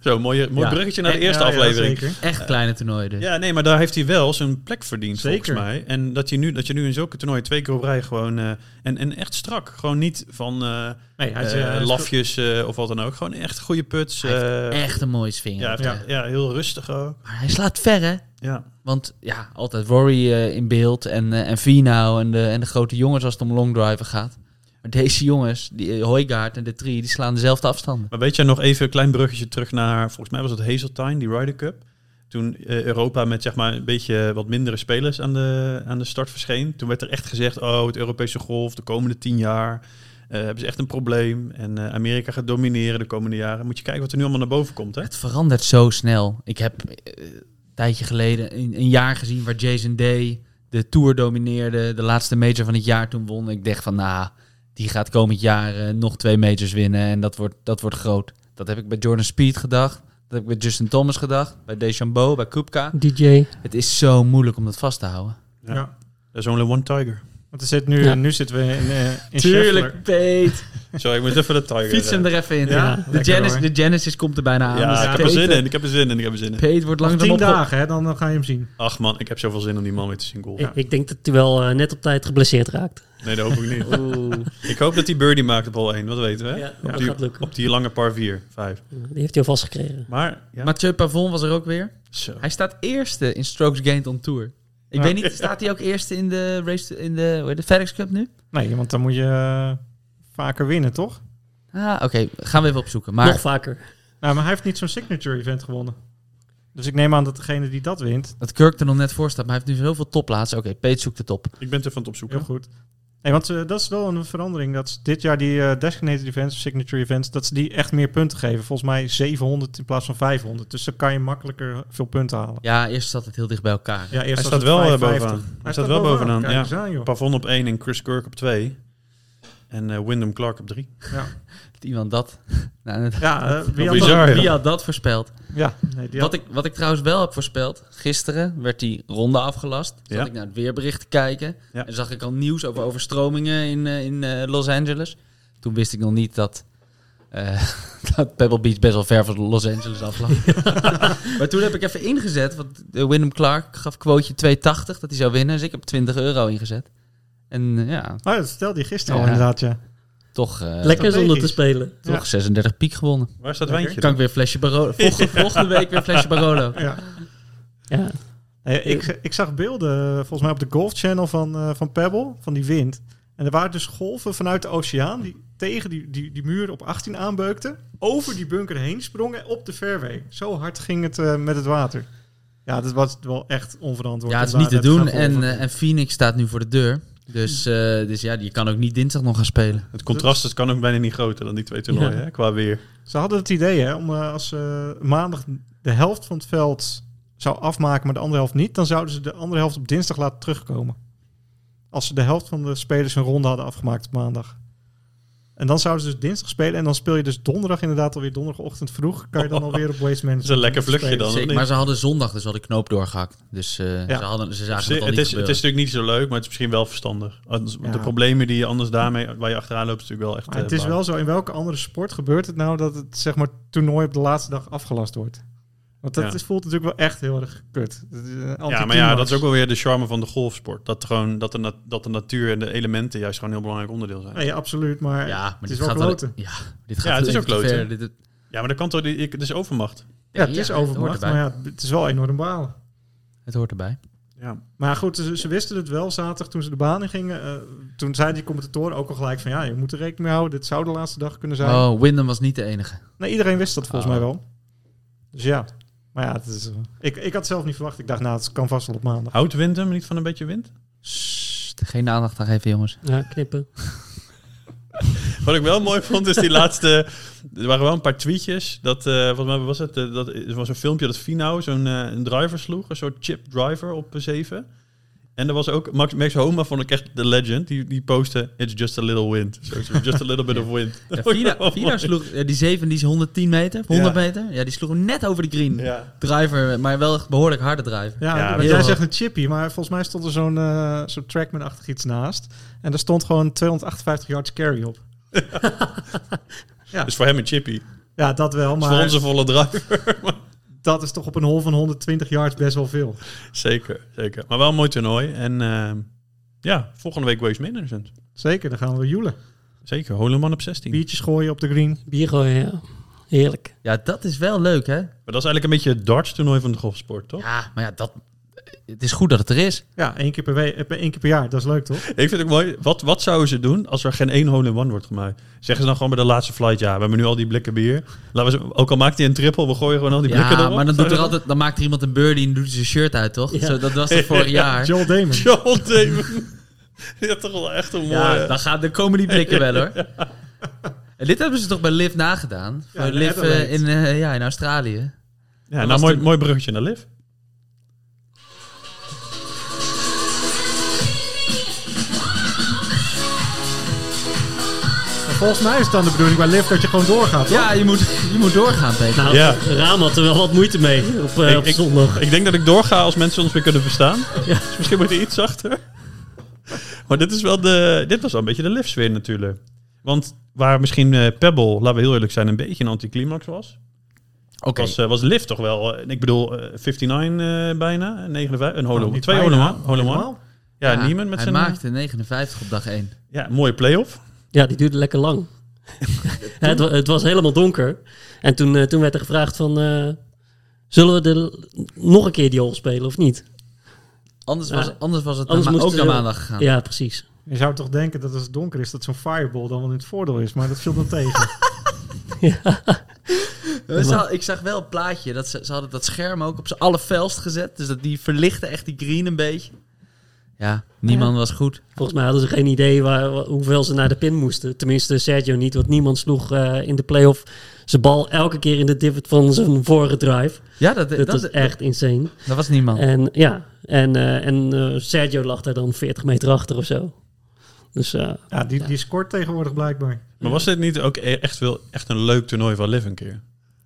S1: zo mooie, mooi
S3: Ja.
S1: bruggetje naar de
S4: ja,
S1: eerste
S4: ja,
S1: aflevering. Ja,
S4: zeker.
S3: echt kleine toernooien dus.
S1: nee, maar daar heeft hij wel zijn plek verdiend
S4: Zeker.
S1: volgens mij. En dat je nu, dat je nu in zulke toernooien twee keer op rij gewoon... eh, en, en echt strak. Gewoon niet van eh,
S4: Nee, hij is,
S1: eh,
S4: eh, hij is-
S1: lafjes eh, of wat dan ook. Gewoon echt goede puts.
S3: Hij heeft
S1: eh,
S3: echt een mooie svinger.
S1: Ja,
S4: Ja.
S1: ja. ja, heel rustig ook.
S3: Maar hij slaat ver, hè?
S1: Ja.
S3: Want ja, altijd Rory eh, in beeld en, eh, en Finau en de, en de grote jongens als het om longdriver gaat. Maar deze jongens, die eh, Hooigaard en de Tri, die slaan dezelfde afstanden.
S1: Maar weet jij nog even een klein bruggetje terug naar, volgens mij was het Hazeltine, die Ryder Cup. Toen eh, Europa met zeg maar een beetje wat mindere spelers aan de, aan de start verscheen. Toen werd er echt gezegd, oh het Europese golf, de komende tien jaar eh, hebben ze echt een probleem. En eh, Amerika gaat domineren de komende jaren. Moet je kijken wat er nu allemaal naar boven komt hè.
S3: Het verandert zo snel. Ik heb eh, een tijdje geleden een, een jaar gezien waar Jason Day de Tour domineerde. De laatste major van het jaar toen won. Ik dacht van, nou, die gaat komend jaar eh, nog twee majors winnen. En dat wordt, dat wordt groot. Dat heb ik bij Jordan Speed gedacht. Dat heb ik bij Justin Thomas gedacht. Bij Deschambeau, bij Kupka.
S5: DJ.
S3: Het is zo moeilijk om dat vast te houden.
S1: Ja.
S4: Ja.
S1: There's only one tiger.
S4: Want er zit nu,
S5: Ja.
S4: nu zitten we in, eh in Scheffler.
S3: Peet.
S1: Sorry, ik moet even de tiger...
S3: Fiets hem
S1: eh,
S3: er even in.
S5: Ja,
S3: de,
S4: lekker
S3: Genesis,
S4: hoor.
S3: de Genesis komt er bijna aan.
S1: Ja,
S3: Dus
S1: ik heb er
S3: Peet-
S1: zin in, ik heb er zin in, ik heb er zin in.
S3: Peet wordt
S4: Nog
S3: langzaam
S4: tien
S3: opge-
S4: dagen, hè, dan, dan ga je hem zien.
S1: Ach man, ik heb zoveel zin om die man weer te zien golfen.
S5: Ik, ik denk dat hij wel eh, net op tijd geblesseerd raakt.
S1: Nee, dat hoop ik niet. Ik hoop dat hij birdie maakt op hol 1, dat weten we. hè?
S5: Ja,
S1: op,
S5: dat
S1: die,
S5: gaat lukken.
S1: op die lange par 4, 5.
S5: Die heeft hij alvast gekregen.
S1: Maar, ja.
S3: Mathieu Pavon was er ook weer.
S1: Zo.
S3: Hij staat eerste in Strokes Gained on Tour. Ik
S4: Ja.
S3: weet niet, staat hij ook eerste in de, race to- in de, hoe heet het, FedEx Cup nu?
S4: Nee, want dan moet je eh, vaker winnen, toch?
S3: Ah, oké. Gaan we even opzoeken. Maar
S5: Nog vaker.
S4: Nou, maar hij heeft niet zo'n signature event gewonnen. Dus ik neem aan dat degene die dat wint,
S3: dat Kirk er nog net voor staat, maar hij heeft nu zoveel topplaatsen. Oké, Peet zoekt de top.
S1: Ik ben het even aan het opzoeken.
S4: heel goed. Nee, want ze- dat is wel een verandering. Dat ze dit jaar die eh, designated events, signature events, dat ze die echt meer punten geven. Volgens mij 700 in plaats van 500. Dus dan kan je makkelijker veel punten halen.
S3: Ja, eerst zat het heel dicht bij elkaar.
S4: Ja, eerst
S1: Hij
S4: was
S1: staat
S4: het
S1: wel eh,
S4: 55.
S1: bovenaan. Hij, staat,
S4: staat
S1: wel bovenaan.
S4: Kijk eens
S1: ja.
S4: aan, joh.
S1: Pavon op 1 en Chris Kirk op 2. En eh, Wyndham Clark op 3.
S3: Heeft Iemand dat. Nou, dat-
S4: Ja, eh, wie had
S1: Bizar,
S4: dat-
S1: ja.
S3: Wie had dat voorspeld?
S4: Ja, nee, die had-
S3: Wat, ik, wat ik trouwens wel heb voorspeld, gisteren werd die ronde afgelast. Zat
S1: Ja.
S3: ik naar het weerbericht te kijken
S1: Ja.
S3: en zag ik al nieuws over overstromingen in, eh, in eh, Los Angeles. Toen wist ik nog niet dat, eh, dat Pebble Beach best wel ver van Los Angeles aflag. maar toen heb ik even ingezet, want de Wyndham Clark gaf quoteje 280 dat hij zou winnen. Dus ik heb 20 euro ingezet. En eh, ja,
S4: Oh, dat vertelde je gisteren
S3: Ja.
S4: al inderdaad, ja.
S3: toch, eh,
S5: Lekker zonder te
S4: strategisch.
S5: spelen.
S3: toch 36 piek gewonnen.
S1: Waar staat
S4: Lekker.
S1: Wijntje
S3: Kan
S1: dan?
S3: ik weer een flesje Barolo. Volgende, volgende week weer een flesje Barolo.
S4: ja.
S5: Ja.
S4: Nee, ik, ik zag beelden eh, volgens mij op de Golf Channel van, eh, van Pebble, van die wind. En er waren dus golven vanuit de oceaan die tegen die, die, die muur op 18 aanbeukten, over die bunker heen sprongen op de fairway. Zo hard ging het eh, met het water. Ja, dat was wel echt onverantwoord.
S3: Ja, het is
S4: om
S3: niet te
S4: daar net
S3: doen.
S4: gaan
S3: En,
S4: golven.
S3: eh, en Phoenix staat nu voor de deur. Dus, eh, dus ja, je kan ook niet dinsdag nog gaan spelen.
S1: Het contrast is- kan ook bijna niet groter dan die twee toernooien,
S5: Ja.
S1: hè, qua weer.
S4: Ze hadden het idee hè, om eh, als eh, maandag de helft van het veld zou afmaken, maar de andere helft niet, dan zouden ze de andere helft op dinsdag laten terugkomen. Als ze de helft van de spelers een ronde hadden afgemaakt op maandag. En dan zouden ze dus dinsdag spelen en dan speel je dus donderdag inderdaad alweer donderdagochtend vroeg. Kan je dan alweer op Waste Management
S1: Dat is een lekker vluchtje
S4: spelen.
S1: dan. of
S3: Zeker,
S1: niet?
S3: maar ze hadden zondag dus al de knoop doorgehakt. Dus eh,
S4: Ja.
S3: ze, hadden, ze
S1: Het
S3: zagen
S1: is,
S3: het al
S1: het
S3: niet
S1: is
S3: gebeuren.
S1: natuurlijk niet zo leuk, maar het is misschien wel verstandig. Anders-
S4: Ja.
S1: De problemen die je anders daarmee, waar je achteraan loopt, is natuurlijk wel echt...
S4: Maar het
S1: eh,
S4: is
S1: bang.
S4: wel zo, in welke andere sport gebeurt het nou dat het zeg maar toernooi op de laatste dag afgelast wordt? Want dat
S1: Ja.
S4: is, voelt natuurlijk wel echt heel erg kut. Dat is een
S1: Ja, maar ja,
S4: anticlimax.
S1: dat is ook wel weer de charme van de golfsport. Dat, gewoon, dat, de, nat- dat de natuur en de elementen juist gewoon een heel belangrijk onderdeel zijn.
S4: Nee, absoluut, maar
S3: Ja, maar
S4: het
S3: dit
S4: is wel
S3: gaat wel-
S4: kloten.
S3: Ja, dit gaat
S1: Ja, het is
S3: even
S1: ook
S3: te
S1: kloten.
S3: ver. Dit- dit-
S1: Ja, maar dat kan toch... niet- ik- Het is overmacht.
S4: Ja, het
S3: ja,
S4: is
S3: het hoort
S4: overmacht,
S3: erbij.
S4: maar ja, het is wel enorm balen.
S3: Het hoort erbij.
S1: Ja.
S4: Maar goed, ze, ze wisten het wel zaterdag toen ze de baan in gingen. eh, toen zei die commentatoren ook al gelijk van ja, je moet er rekening mee houden. Dit zou de laatste dag kunnen zijn.
S3: Oh, Wyndham was niet de enige.
S4: Nee, iedereen wist dat volgens
S3: Oh.
S4: mij wel. Dus ja, maar ja, het is, eh, ik, ik had het zelf niet verwacht. Ik dacht, nou, het kan vast wel op maandag.
S1: Houdt wind hem niet van een beetje wind?
S3: Sst, geen aandacht aan geven, jongens.
S5: Ja, knippen.
S1: Wat ik wel mooi vond is die laatste. Er waren wel een paar tweetjes. Dat, eh wat was het? eh, dat, er was een filmpje dat Finau zo'n eh, een driver sloeg. Een soort chip driver op 7. En er was ook Max, Max Homa, vond ik echt de legend. Die, die postte: It's just a little wind. Zo, zo, just a little bit of wind.
S3: Ja,
S1: Dat vond ik wel
S3: Vida,
S1: Oh, mooi.
S3: Vida sloeg, eh, die 7 die is 110 meter, of 100 meter. Ja, die sloeg hem net over de green.
S1: Ja.
S3: Driver, maar wel een behoorlijk harde driver.
S4: Ja,
S1: Ja,
S4: want
S1: heel
S4: jij
S3: wel.
S4: zegt een chippy, maar volgens mij stond er zo'n eh, zo'n trackman-achtig iets naast. En daar stond gewoon 258 yards carry op.
S1: Dus voor hem een chippy.
S4: Ja, dat wel,
S1: Maar... Voor
S4: maar
S1: onze volle driver.
S4: dat is toch op een hol van 120 yards best wel veel.
S1: zeker, zeker. Maar wel een mooi toernooi. En eh, ja, volgende week Waves Management.
S4: Zeker, dan gaan we joelen.
S1: Zeker, Holeman op 16.
S4: Biertjes gooien op de green.
S5: Bier gooien, ja. Heerlijk.
S3: Ja, dat is wel leuk, hè?
S1: Maar dat is eigenlijk een beetje het darts toernooi van de golfsport, toch?
S3: Ja, maar ja, dat, het is goed dat het er is.
S4: Ja, één keer per, we- eh, één keer per jaar, dat is leuk toch?
S1: Ik vind het mooi. Wat, wat zouden ze doen als er geen één hole-in-one wordt gemaakt? Zeggen ze dan gewoon bij de laatste flight, ja, we hebben nu al die blikken bier. Laten we ze, ook al maakt hij een triple, we gooien gewoon al die blikken
S3: ja,
S1: erop.
S3: maar dan, doet er altijd, dan maakt er iemand een birdie en doet hij zijn shirt uit, toch?
S5: Ja.
S3: Zo, dat was het vorig jaar.
S4: Joel Damon.
S1: John Damon. ja, toch wel echt een mooie...
S3: Ja, dan, gaan, dan komen die blikken wel, hoor. En dit hebben ze toch bij Liv nagedaan?
S4: Ja,
S3: Voor
S4: in
S3: Liv eh,
S4: Adelaide.
S3: in, eh, ja, in Australië.
S1: ja, nou,
S3: was
S1: mooi,
S3: toen-
S1: mooi bruggetje naar Liv.
S4: Maar Volgens mij is het dan de bedoeling bij Liv dat je gewoon doorgaat. toch?
S3: Ja, je moet, je moet doorgaan, Peter.
S5: Nou,
S1: Ja.
S5: Raam had er wel wat moeite mee op, eh,
S1: Ik-
S5: op
S1: ik-
S5: zondag.
S1: Ik denk dat ik doorga als mensen ons weer kunnen verstaan. Dus misschien moet je iets zachter. maar dit, is wel de, dit was wel een beetje de Liv-sfeer natuurlijk. Want waar misschien eh, Pebble, laten we heel eerlijk zijn, een beetje een anticlimax was...
S3: Oké.
S1: Was, eh, was Liv toch wel? eh, ik bedoel, eh, 59 eh, bijna, 59, een hole
S4: Nou, niet
S1: twee
S4: bijna,
S1: hole one, hole one.
S4: helemaal.
S1: Ja, Nieman met
S3: hij
S1: zijn eh,
S3: maakte 59 op dag 1.
S1: ja, mooie play-off.
S5: Ja, die duurde lekker lang. het, wa- het was helemaal donker. En toen, eh, toen werd er gevraagd van... eh, zullen we de, nog een keer die hol spelen of niet?
S3: Anders,
S5: Ja.
S3: was, anders was het
S5: Anders
S3: na-
S5: moest
S3: ook
S5: er
S3: naar
S5: heel-
S3: maandag gegaan.
S5: Ja, precies.
S4: Je zou toch denken dat als het donker is, dat zo'n fireball dan wel in het voordeel is. Maar dat viel dan tegen.
S3: We zag- ik zag wel een plaatje. Dat ze, ze hadden dat scherm ook op z'n allervelst gezet. Dus dat die verlichtte echt die green een beetje. Ja, niemand was goed.
S5: Volgens mij hadden ze geen idee waar, wa- hoeveel ze naar de pin moesten. Tenminste, Sergio niet, want niemand sloeg eh, in de playoff zijn bal elke keer in de divot van zijn vorige drive.
S3: Ja, dat,
S5: Dat
S3: Eh, dat, Oh.
S5: was
S3: dat,
S5: echt insane.
S3: was niemand.
S5: En ja, en, eh, en eh, Sergio lag daar dan 40 meter achter of zo. Dus eh,
S4: Ja, die, die scoort tegenwoordig blijkbaar.
S1: Maar was dit niet ook e- echt, wel, echt een leuk toernooi van Liv een keer?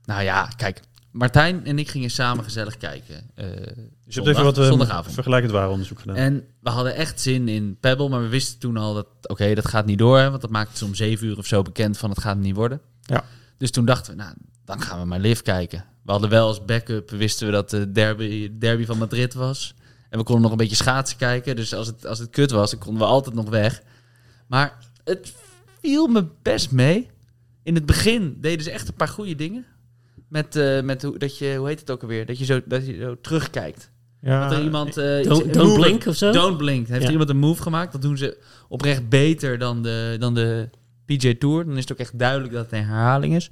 S3: Nou ja, kijk. Martijn en ik gingen samen gezellig kijken. eh,
S1: Dus je hebt even wat eh,
S3: zondagavond.
S1: vergelijkend waar onderzoek gedaan.
S3: En we hadden echt zin in Pebble, maar we wisten toen al dat, oké, dat gaat niet door. hè, Want dat maakte ze om zeven uur of zo bekend van het gaat niet worden.
S4: Ja.
S3: Dus toen dachten we, nou, dan gaan we maar live kijken. We hadden wel als backup, wisten we dat de derby, derby van Madrid was. En we konden nog een beetje schaatsen kijken. Dus als het, als het kut was, dan konden we altijd nog weg. Maar het viel me best mee. In het begin deden ze echt een paar goede dingen. Met, eh, met hoe, dat je, hoe heet het ook alweer? Dat je zo, dat je zo terugkijkt.
S4: Ja,
S3: Dat er iemand... eh, iets-
S5: don't,
S3: een
S5: don't
S3: move-
S5: blink of zo.
S3: Don't Blink. Heeft
S5: Ja.
S3: er iemand een move gemaakt? Dat doen ze oprecht beter dan de, dan de PJ Tour. Dan is het ook echt duidelijk dat het een herhaling is.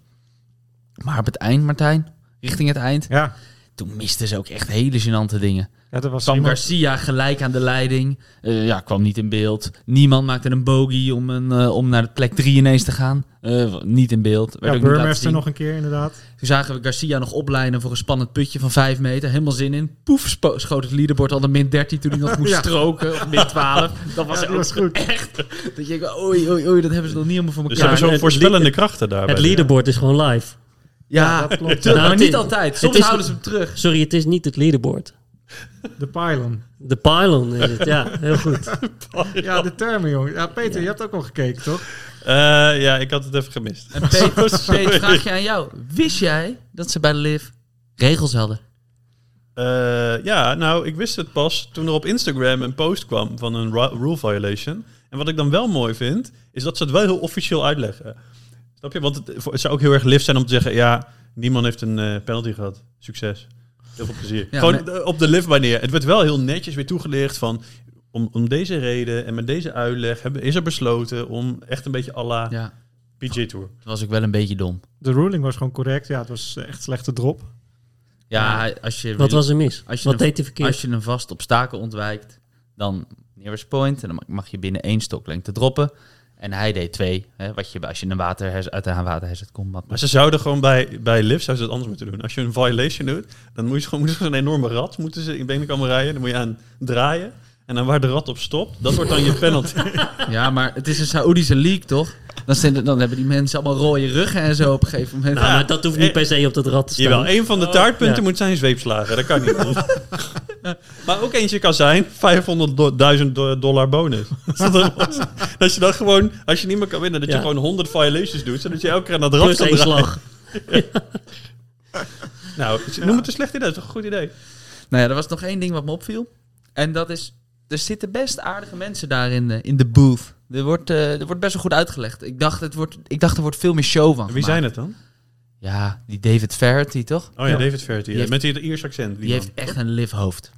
S3: Maar op het eind, Martijn, richting het eind,
S4: Ja,
S3: toen misten ze ook echt hele gênante dingen.
S4: ja dat was
S3: Sam
S4: iemand-
S3: Garcia gelijk aan de leiding. Eh, ja, kwam niet in beeld. Niemand maakte een bogey om, een, eh, om naar de plek 3 ineens te gaan. Eh, niet in beeld. Werd
S4: Ja,
S3: ook niet laten
S4: Burmester
S3: zien.
S4: nog een keer inderdaad.
S3: Toen zagen we Garcia nog oplijnen voor een spannend putje van 5 meter. Helemaal zin in. Poef, spo- schoot het leaderboard al de min 13 toen hij nog moest
S4: Ja.
S3: stroken. Of min 12. Dat was
S4: Ja, die
S3: ook
S4: was goed.
S3: echt. Dat je denkt, oei, oei, oei, dat hebben ze nog niet helemaal voor
S1: dus
S3: elkaar.
S1: ze hebben zo'n
S5: het
S1: voorspellende krachten daarbij.
S5: Het leaderboard is gewoon live.
S3: ja,
S4: Dat klopt.
S5: Nou,
S3: maar
S5: het
S3: niet
S5: is-
S3: altijd.
S5: het
S3: Soms
S5: is-
S3: houden ze hem terug.
S5: Sorry, het is niet het leaderboard.
S4: De pylon.
S5: De pylon is het, ja. Heel goed.
S1: Oh,
S4: Ja, de termen, jongen. Ja, Peter, je hebt ook al gekeken, toch?
S1: Eh, ja, ik had het even gemist.
S3: En Peet, Peet, vraag je aan jou. Wist jij dat ze bij Liv regels hadden?
S1: Eh, ja, nou, ik wist het pas toen er op Instagram een post kwam van een ru- rule violation. En wat ik dan wel mooi vind, is dat ze het wel heel officieel uitleggen. Snap je? Want het, voor- het zou ook heel erg lief zijn om te zeggen, ja, Niemand heeft een eh, penalty gehad. Succes. Heel veel plezier.
S3: Ja,
S1: Gewoon
S3: maar-
S1: de- op de lift bij neer. Het werd wel heel netjes weer toegelicht van... Om, om deze reden en met deze uitleg hebben, is er besloten om echt een beetje à la
S3: Ja,
S1: PJ Tour.
S3: dat was ook wel een beetje dom.
S4: De ruling was gewoon correct. Ja, het was eh, echt slechte drop.
S3: Ja, als je,
S5: Wat was er mis?
S3: als je
S5: Wat
S3: hem-
S5: deed hij verkeerd?
S3: als je een vast obstakel ontwijkt, dan nearest point. En dan mag- mag je binnen één stoklengte droppen. En hij deed twee. Hè, wat je, bij- als je een waterhers, uit een waterherzet komt. Wat
S1: Maar ze zouden gewoon bij, bij lift zouden ze het anders moeten doen. Als je een violation doet, dan moet je gewoon moeten ze een enorme rat moeten ze in benen komen rijden. Dan moet je aan draaien. En dan waar de rat op stopt, dat wordt dan je penalty.
S3: Ja, maar het is een Saoedische league, toch? Dan, zijn, dan hebben die mensen allemaal rode ruggen en zo op een gegeven moment.
S5: Nou, maar dat hoeft niet per se op dat rad te staan.
S1: Jawel, een van de taartpunten
S5: ja.
S1: moet zijn zweepslagen. Dat kan niet. maar ook eentje kan zijn 500.000 do- dollar bonus. dat, er was. dat je dan gewoon, als je niet meer kan winnen, dat je
S5: Ja.
S1: gewoon 100 violations doet. Zodat je elke keer naar de rat
S5: Plus
S1: kan
S5: één
S1: draaien.
S5: slag.
S3: Mm.
S1: Nou, noem het een slecht idee. Dat is toch een goed idee?
S3: Nou ja, er was nog één ding wat me opviel. En dat is, er zitten best aardige mensen daar in, de- in de booth. Er wordt, eh, er wordt best wel goed uitgelegd. Ik dacht, het wordt, ik dacht, er wordt veel meer show van
S1: Wie zijn het dan?
S3: Ja, die David Verity, toch?
S1: Oh ja, David Verity.
S3: Die heeft-
S1: Met die Iers accent. Die
S3: Die heeft
S1: man.
S3: echt een lif hoofd.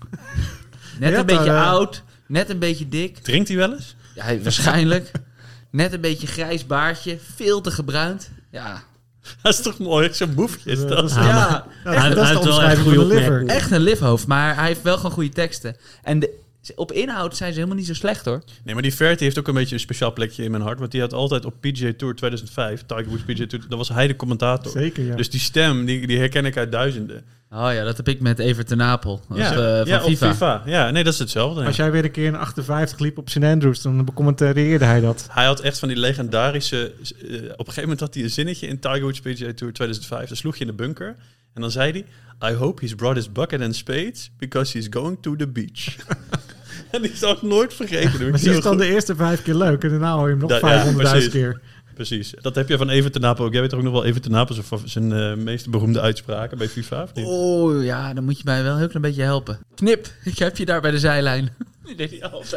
S3: Net
S4: Ja,
S3: een beetje
S4: maar, eh,
S3: oud, net een beetje dik.
S1: Drinkt hij wel eens?
S3: Ja, hij- waarschijnlijk. Net een beetje grijs baardje, veel te gebruind. Ja,
S1: Dat is toch mooi? Zo'n boefje is dat.
S5: Ah, maar-
S3: ja
S4: dat
S5: hij
S4: is de
S5: hij heeft wel echt
S4: omschrijving
S5: goede
S4: van de liver.
S5: opmerkingen.
S3: echt een lifhoofd. Maar hij heeft wel gewoon goede teksten. En de- op inhoud zijn ze helemaal niet zo slecht, hoor.
S1: Nee, maar die Verity heeft ook een beetje een speciaal plekje in mijn hart. Want die had altijd op PJ Tour 2005, Tiger Woods PJ Tour, dan was hij de commentator.
S4: Zeker, ja.
S1: Dus die stem, die, die herken ik uit duizenden.
S3: Oh ja, dat heb ik met Everton Napel. Dat
S1: ja,
S3: is, eh, van
S1: ja, op
S3: FIFA.
S1: FIFA. Ja, nee, dat is hetzelfde. ja.
S4: Als jij weer een keer een 58 liep op St. Andrews, dan becommentarieerde hij dat.
S1: Hij had echt van die legendarische... eh, op een gegeven moment had hij een zinnetje in Tiger Woods PGA Tour 2005. Dan sloeg je in de bunker. En dan zei hij... I hope he's brought his bucket and spades... because he's going to the beach. en die zou ik nooit vergeten. Doe ik
S4: Maar die
S1: zo
S4: is dan
S1: goed.
S4: de eerste vijf keer leuk en daarna hoor je hem nog
S1: Da- ja,
S4: 500.000
S1: precies.
S4: keer.
S1: Precies. Dat heb je van Even ten Napel ook. Jij weet toch ook nog wel Even ten Napel... zijn, fa- zijn eh, meest beroemde uitspraken bij FIFA? of niet?
S3: Oh ja, dan moet je mij wel een heel klein beetje helpen. Knip, ik heb je daar bij de zijlijn.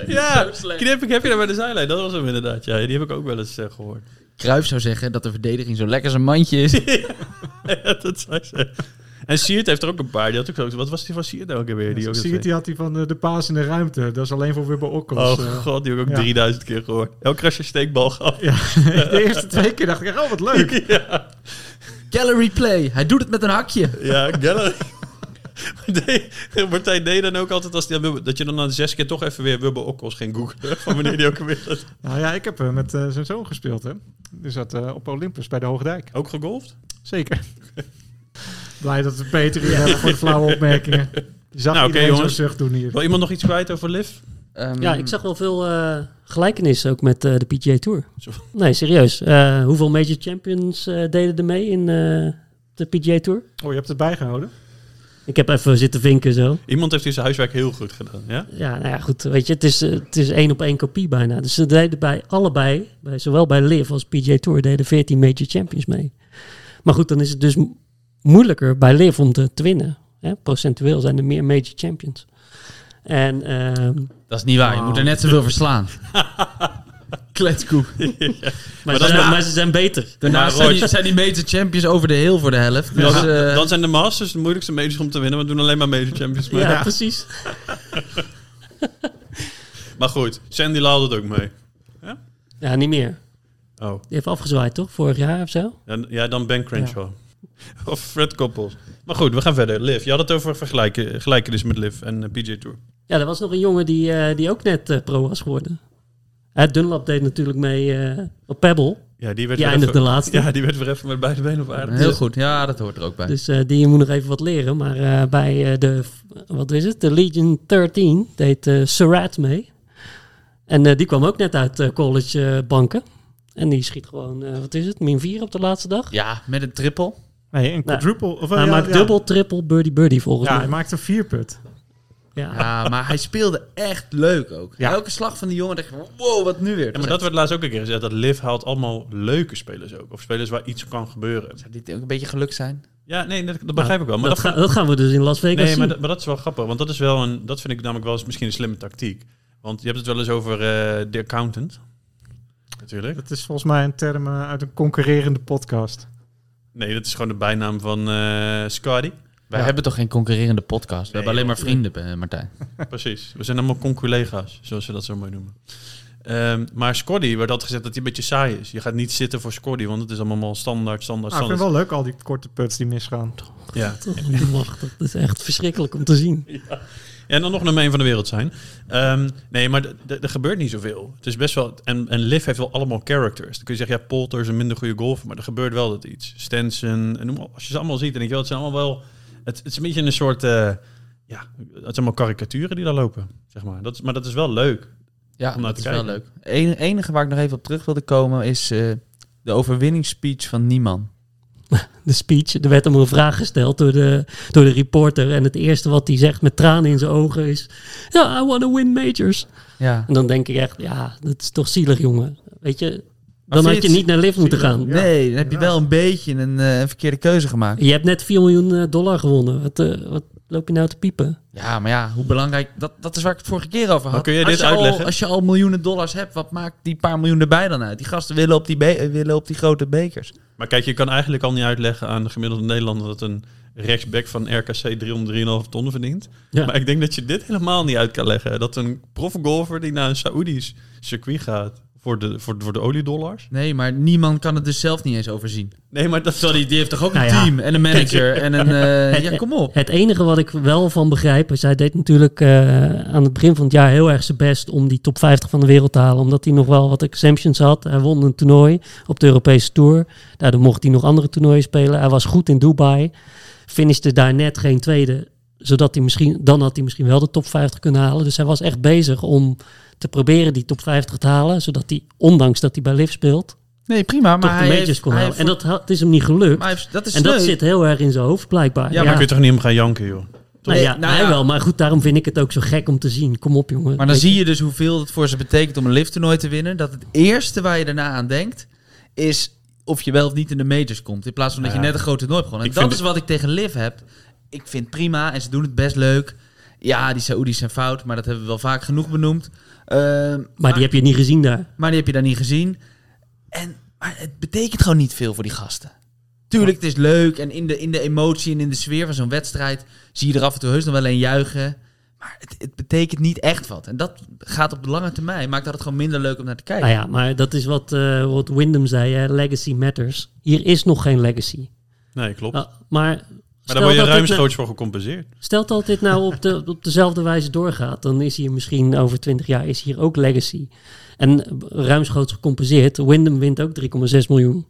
S1: Ja, knip ik heb je daar bij de zijlijn. Dat was hem inderdaad. Ja, die heb ik ook wel eens eh, gehoord.
S3: Kruif zou zeggen dat de verdediging zo lekker als een mandje is.
S1: Ja, dat zei ze. En Siert heeft er ook een paar. Die had ook, zo- wat was die van Siert nou ook alweer? Die ook dat
S4: Zie je,
S1: zei?
S4: die had die van eh, de paas in de ruimte. Dat is alleen voor Wibber Okkels.
S1: Oh
S4: eh.
S1: god, die heb ik ook
S4: ja.
S1: 3000 keer gehoord. Elke keer als je steekbal gaf.
S4: Ja, de eerste twee keer dacht ik, oh wat leuk.
S1: ja,
S3: Gallery play, hij doet het met een hakje.
S1: ja Gallery. Nee, Martijn deed dan ook altijd als die aan Wubbe- dat je dan na zes keer toch even weer Wubbe Okkels ging googlen. Van wanneer die ook weer dat-
S4: Nou ja, ik heb eh, met eh, zijn zoon gespeeld. Hè. Die zat eh, op Olympus bij de Hoogdijk.
S1: Ook gegolfd?
S4: Zeker. Blij dat we Peter hier hebben voor de flauwe opmerkingen. Je zag
S1: Nou, oké,
S4: iedereen zo'n
S1: jongens.
S4: zucht doen hier.
S1: Wil iemand nog iets kwijt over Liv?
S3: Ehm,
S5: Ja, ik zag wel veel eh, gelijkenissen ook met eh, de PGA Tour.
S1: Zo.
S5: Nee, serieus. Eh, hoeveel major champions eh, deden er mee in eh, de PGA Tour?
S4: Oh, je hebt het bijgehouden?
S5: Ik heb even zitten vinken zo.
S1: Iemand heeft hier zijn huiswerk heel goed gedaan, ja?
S5: Ja, nou ja, goed. Weet je, het is, eh, het is één op één kopie bijna. Dus ze deden bij allebei, bij, zowel bij Liv als PGA Tour, deden 14 major champions mee. Maar goed, dan is het dus mo- moeilijker bij Liv om te, te winnen. Hè? Procentueel zijn er meer major champions. En ehm,
S3: Dat is niet waar, je moet er net zoveel verslaan. Kletskoek.
S5: maar,
S1: dat
S5: ze
S1: is
S5: zijn,
S1: maar-
S5: maar ze zijn beter.
S1: Maar
S3: Daarnaast zijn
S1: Roy-
S3: die, zijn die major champions over de heel voor de helft. Dus,
S1: Dan,
S3: eh,
S1: dan zijn de Masters de moeilijkste majors om te winnen. We doen alleen maar major champions mee.
S5: Ja, precies.
S1: Maar goed, Sandy Lau doet ook mee.
S5: Ja, niet meer.
S1: Oh.
S5: Die heeft afgezwaaid, toch? Vorig jaar of zo?
S1: Ja, ja, dan Ben Crenshaw. Of Fred Koppels. Maar goed, we gaan verder. Liv, je had het over vergelijken, gelijkenis met Liv en eh, PJ Tour.
S5: Ja, er was nog een jongen die, eh, die ook net eh, pro was geworden. Eh, Dunlap deed natuurlijk mee eh, op Pebble.
S1: Ja, die werd, weer
S5: Die eindigde de
S1: even,
S5: laatste.
S1: ja, die werd weer even met beide benen op aarde.
S3: heel goed, ja, dat hoort er ook bij.
S5: Dus eh, die moet nog even wat leren. Maar eh, bij eh, de, wat is het? De Legion 13 deed eh Surratt mee. En eh, die kwam ook net uit eh, college eh, banken. En die schiet gewoon, eh, wat is het? Min 4 op de laatste dag.
S3: ja, met een triple.
S4: Nee, een quadruple. Of, wel,
S5: hij
S4: ja,
S5: maakt
S4: ja.
S5: dubbel, triple, birdie, birdie volgens
S4: Ja, hij
S5: mij.
S4: maakt een vierput.
S5: Ja.
S3: Ja, maar hij speelde echt leuk ook.
S4: Ja.
S3: Elke slag van die jongen dacht ik, wow, wat nu weer.
S1: Ja, maar dat werd laatst ook een keer gezegd. Dat Liv haalt allemaal leuke spelers ook. Of spelers waar iets kan gebeuren.
S3: Zou dit ook een beetje geluk zijn?
S1: Ja, nee, dat, dat begrijp ik wel. Maar
S5: dat,
S1: dat,
S5: ga- dat gaan we dus in Las Vegas
S1: nee, maar,
S5: zien.
S1: dat, maar dat is wel grappig. Want dat, is wel een, dat vind ik namelijk wel eens misschien een slimme tactiek. Want je hebt het wel eens over eh The Accountant. Natuurlijk.
S4: Dat is volgens mij een term eh, uit een concurrerende podcast.
S1: Nee, dat is gewoon de bijnaam van eh Scotty.
S3: Wij hebben toch geen concurrerende podcast? We
S1: Nee,
S3: hebben alleen maar vrienden, eh, Martijn.
S1: Precies. We zijn allemaal conculega's, zoals ze dat zo mooi noemen. Ehm, maar Scotty werd altijd gezegd dat hij een beetje saai is. Je gaat niet zitten voor Scotty, want het is allemaal standaard, standaard,
S4: Ah, ik vind
S1: standaard.
S4: het wel leuk, al die korte puts die misgaan.
S1: ja.
S5: Oh, mag, dat is echt verschrikkelijk om te zien.
S1: Ja, en dan nog nummer één van de wereld zijn. Ehm, nee, maar d- d- er gebeurt niet zoveel. Het is best wel... En, en Liv heeft wel allemaal characters. Dan kun je zeggen, ja, Polter is een minder goede golfer, maar er gebeurt wel dat iets. Stenson, en noem maar, als je ze allemaal ziet, dan denk je wel, het zijn allemaal wel... Het, het is een beetje een soort... eh, ja, het zijn allemaal karikaturen die daar lopen, zeg maar. Dat, is- maar dat is wel leuk.
S3: Ja,
S1: Om naar
S3: dat
S1: te
S3: is wel leuk.
S1: kijken.
S3: Enige, enige waar ik nog even op terug wilde komen is eh, de overwinningsspeech van Nieman.
S5: de speech. Er werd hem een vraag gesteld door de, door de reporter. En het eerste wat hij zegt met tranen in zijn ogen is... Ja, I want to win majors.
S3: Ja.
S5: En dan denk ik echt, ja, dat is toch zielig, jongen. Weet je,
S3: Maar
S5: dan
S3: vind
S5: had
S3: je
S5: je
S3: het
S5: niet naar Liv moeten gaan.
S3: nee, dan heb je wel een beetje een, eh, een verkeerde keuze gemaakt.
S5: Je hebt net 4 miljoen eh, dollar gewonnen. Wat, eh, wat loop je nou te piepen?
S3: Ja, maar ja, hoe belangrijk... Dat, dat is waar ik het vorige keer over had.
S1: Maar kun jij
S3: als
S1: dit
S3: je al-
S1: uitleggen?
S3: als je al miljoenen dollars hebt, wat maakt die paar miljoen erbij dan uit? Die gasten willen op die, be- eh, willen op die grote bekers.
S1: Maar kijk, je kan eigenlijk al niet uitleggen aan de gemiddelde Nederlander... dat een rechtsback van RKC 303,5 ton verdient.
S5: Ja.
S1: Maar ik denk dat je dit helemaal niet uit kan leggen. Dat een profgolfer die naar een Saoedisch circuit gaat... Voor de, voor, voor de oliedollars.
S3: Nee, maar niemand kan het dus zelf niet eens overzien.
S1: Nee, maar dat is
S3: Sorry, die heeft toch ook een
S5: Nou ja.
S3: team en een manager en een... eh, ja, kom op.
S5: Het enige wat ik wel van begrijp is... hij deed natuurlijk eh, aan het begin van het jaar heel erg zijn best... om die top 50 van de wereld te halen. Omdat hij nog wel wat exemptions had. Hij won een toernooi op de Europese Tour. Daardoor mocht hij nog andere toernooien spelen. Hij was goed in Dubai. Finishte daar net geen tweede. Zodat hij misschien, dan had hij misschien wel de top 50 kunnen halen. Dus hij was echt bezig om te proberen die top 50 te halen. Zodat hij, ondanks dat hij bij Liv speelt...
S3: Nee, prima, maar
S5: toch
S3: hij
S5: de
S3: heeft-
S5: majors kon
S3: hij
S5: halen. En
S3: heeft-
S5: dat, ha- het is hem niet gelukt.
S3: maar hij heeft- dat is
S5: En dat
S3: sneu.
S5: zit heel erg in zijn hoofd, blijkbaar.
S3: Ja,
S1: Ja, maar kun je toch niet om gaan janken, joh.
S5: Nou ja,
S3: Nee, nou
S5: hij
S3: ja.
S5: wel. Maar goed, daarom vind ik het ook zo gek om te zien. Kom op, jongen.
S3: Maar dan
S5: Weet
S3: zie je dus hoeveel het voor ze betekent om een lifttoernooi te winnen. Dat het eerste waar je daarna aan denkt, is of je wel of niet in de majors komt. In plaats van dat je net een groot toernooi begon. En
S1: Ik
S3: dat
S1: vind
S3: is wat ik tegen Liv heb. Ik vind het prima en ze doen het best leuk. Ja, die Saoedi's zijn fout, maar dat hebben we wel vaak genoeg benoemd. Ehm,
S5: Maar die heb je niet gezien daar.
S3: maar die heb je daar niet gezien. En, maar het betekent gewoon niet veel voor die gasten. Tuurlijk, het is leuk. En in de, in de emotie en in de sfeer van zo'n wedstrijd zie je er af en toe heus nog wel een juichen. Maar het, het betekent niet echt wat. En dat gaat op de lange termijn. Maakt dat het gewoon minder leuk om naar te kijken.
S5: Nou ja, maar dat is wat, eh, wat Wyndham zei, hè? legacy matters. Hier is nog geen legacy.
S1: Nee, klopt.
S5: Nou, maar
S1: maar daar word je
S5: dat dit nou-
S1: ruimschoots voor gecompenseerd.
S5: stelt dat dit nou op, de, op dezelfde wijze doorgaat, dan is hier misschien over 20 jaar is hier ook legacy. En ruimschoots gecompenseerd, Wyndham wint ook 3,6 miljoen.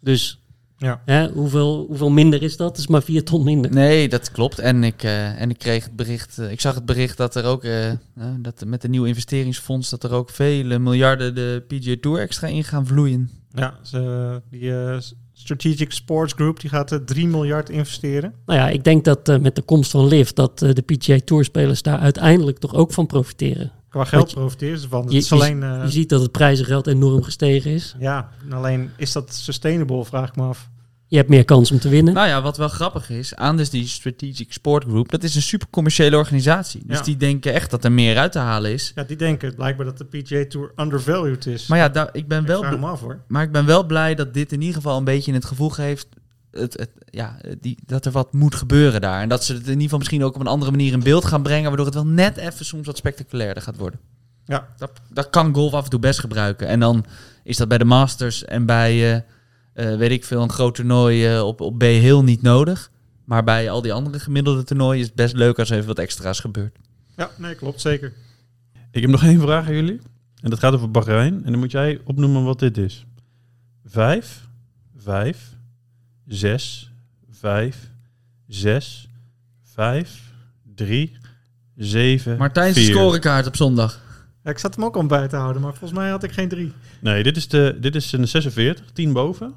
S5: Dus
S4: Ja.
S5: hè, hoeveel, hoeveel minder is dat? Dat is maar 4 ton minder.
S3: Nee, dat klopt. En ik, eh, en ik kreeg het bericht. eh, ik zag het bericht dat er ook eh, eh, dat er met de nieuwe investeringsfonds dat er ook vele miljarden de PGA Tour extra in gaan vloeien.
S4: Ja, ze, die Dus, eh, Strategic Sports Group die gaat eh, 3 miljard investeren.
S5: Nou ja, ik denk dat eh, met de komst van Liv, dat eh, de PGA Tourspelers daar uiteindelijk toch ook van profiteren.
S4: Qua geld
S5: je-
S4: profiteren ze van. Het
S5: je-
S4: is alleen, eh,
S5: Je ziet dat het prijzengeld enorm gestegen is.
S4: ja, en alleen is dat sustainable, vraag ik me af.
S5: Je hebt meer kans om te winnen.
S3: Nou ja, wat wel grappig is, aan dus die Strategic Sport Group, dat is een super commerciële organisatie. Dus
S4: Ja.
S3: die denken echt dat er meer uit te halen is.
S4: Ja, die denken blijkbaar dat de PGA Tour undervalued is.
S3: Maar ja, daar, ik ben
S4: ik
S3: wel
S4: vraag
S3: bl-
S4: me af hoor.
S3: maar ik ben wel blij dat dit in ieder geval een beetje in het gevoel geeft het, het, ja, die, dat er wat moet gebeuren daar. En dat ze het in ieder geval misschien ook op een andere manier in beeld gaan brengen, waardoor het wel net even soms wat spectaculairder gaat worden.
S4: Ja.
S3: Dat, dat kan golf af en toe best gebruiken. En dan is dat bij de Masters en bij, eh, eh, weet ik veel, een groot toernooi eh, op, op B heel niet nodig. Maar bij al die andere gemiddelde toernooien is het best leuk als er even wat extra's gebeurt.
S4: Ja, nee, klopt, zeker.
S1: Ik heb nog één vraag aan jullie. En dat gaat over Bahrein. En dan moet jij opnoemen wat dit is. Vijf, vijf, zes, vijf, zes, vijf, drie, zeven,
S3: Martijn's
S1: vier.
S3: scorekaart op zondag.
S4: Ja, ik zat hem ook al bij te houden, maar volgens mij had ik geen drie.
S1: Nee, dit is, de, dit is een 46, 10 boven.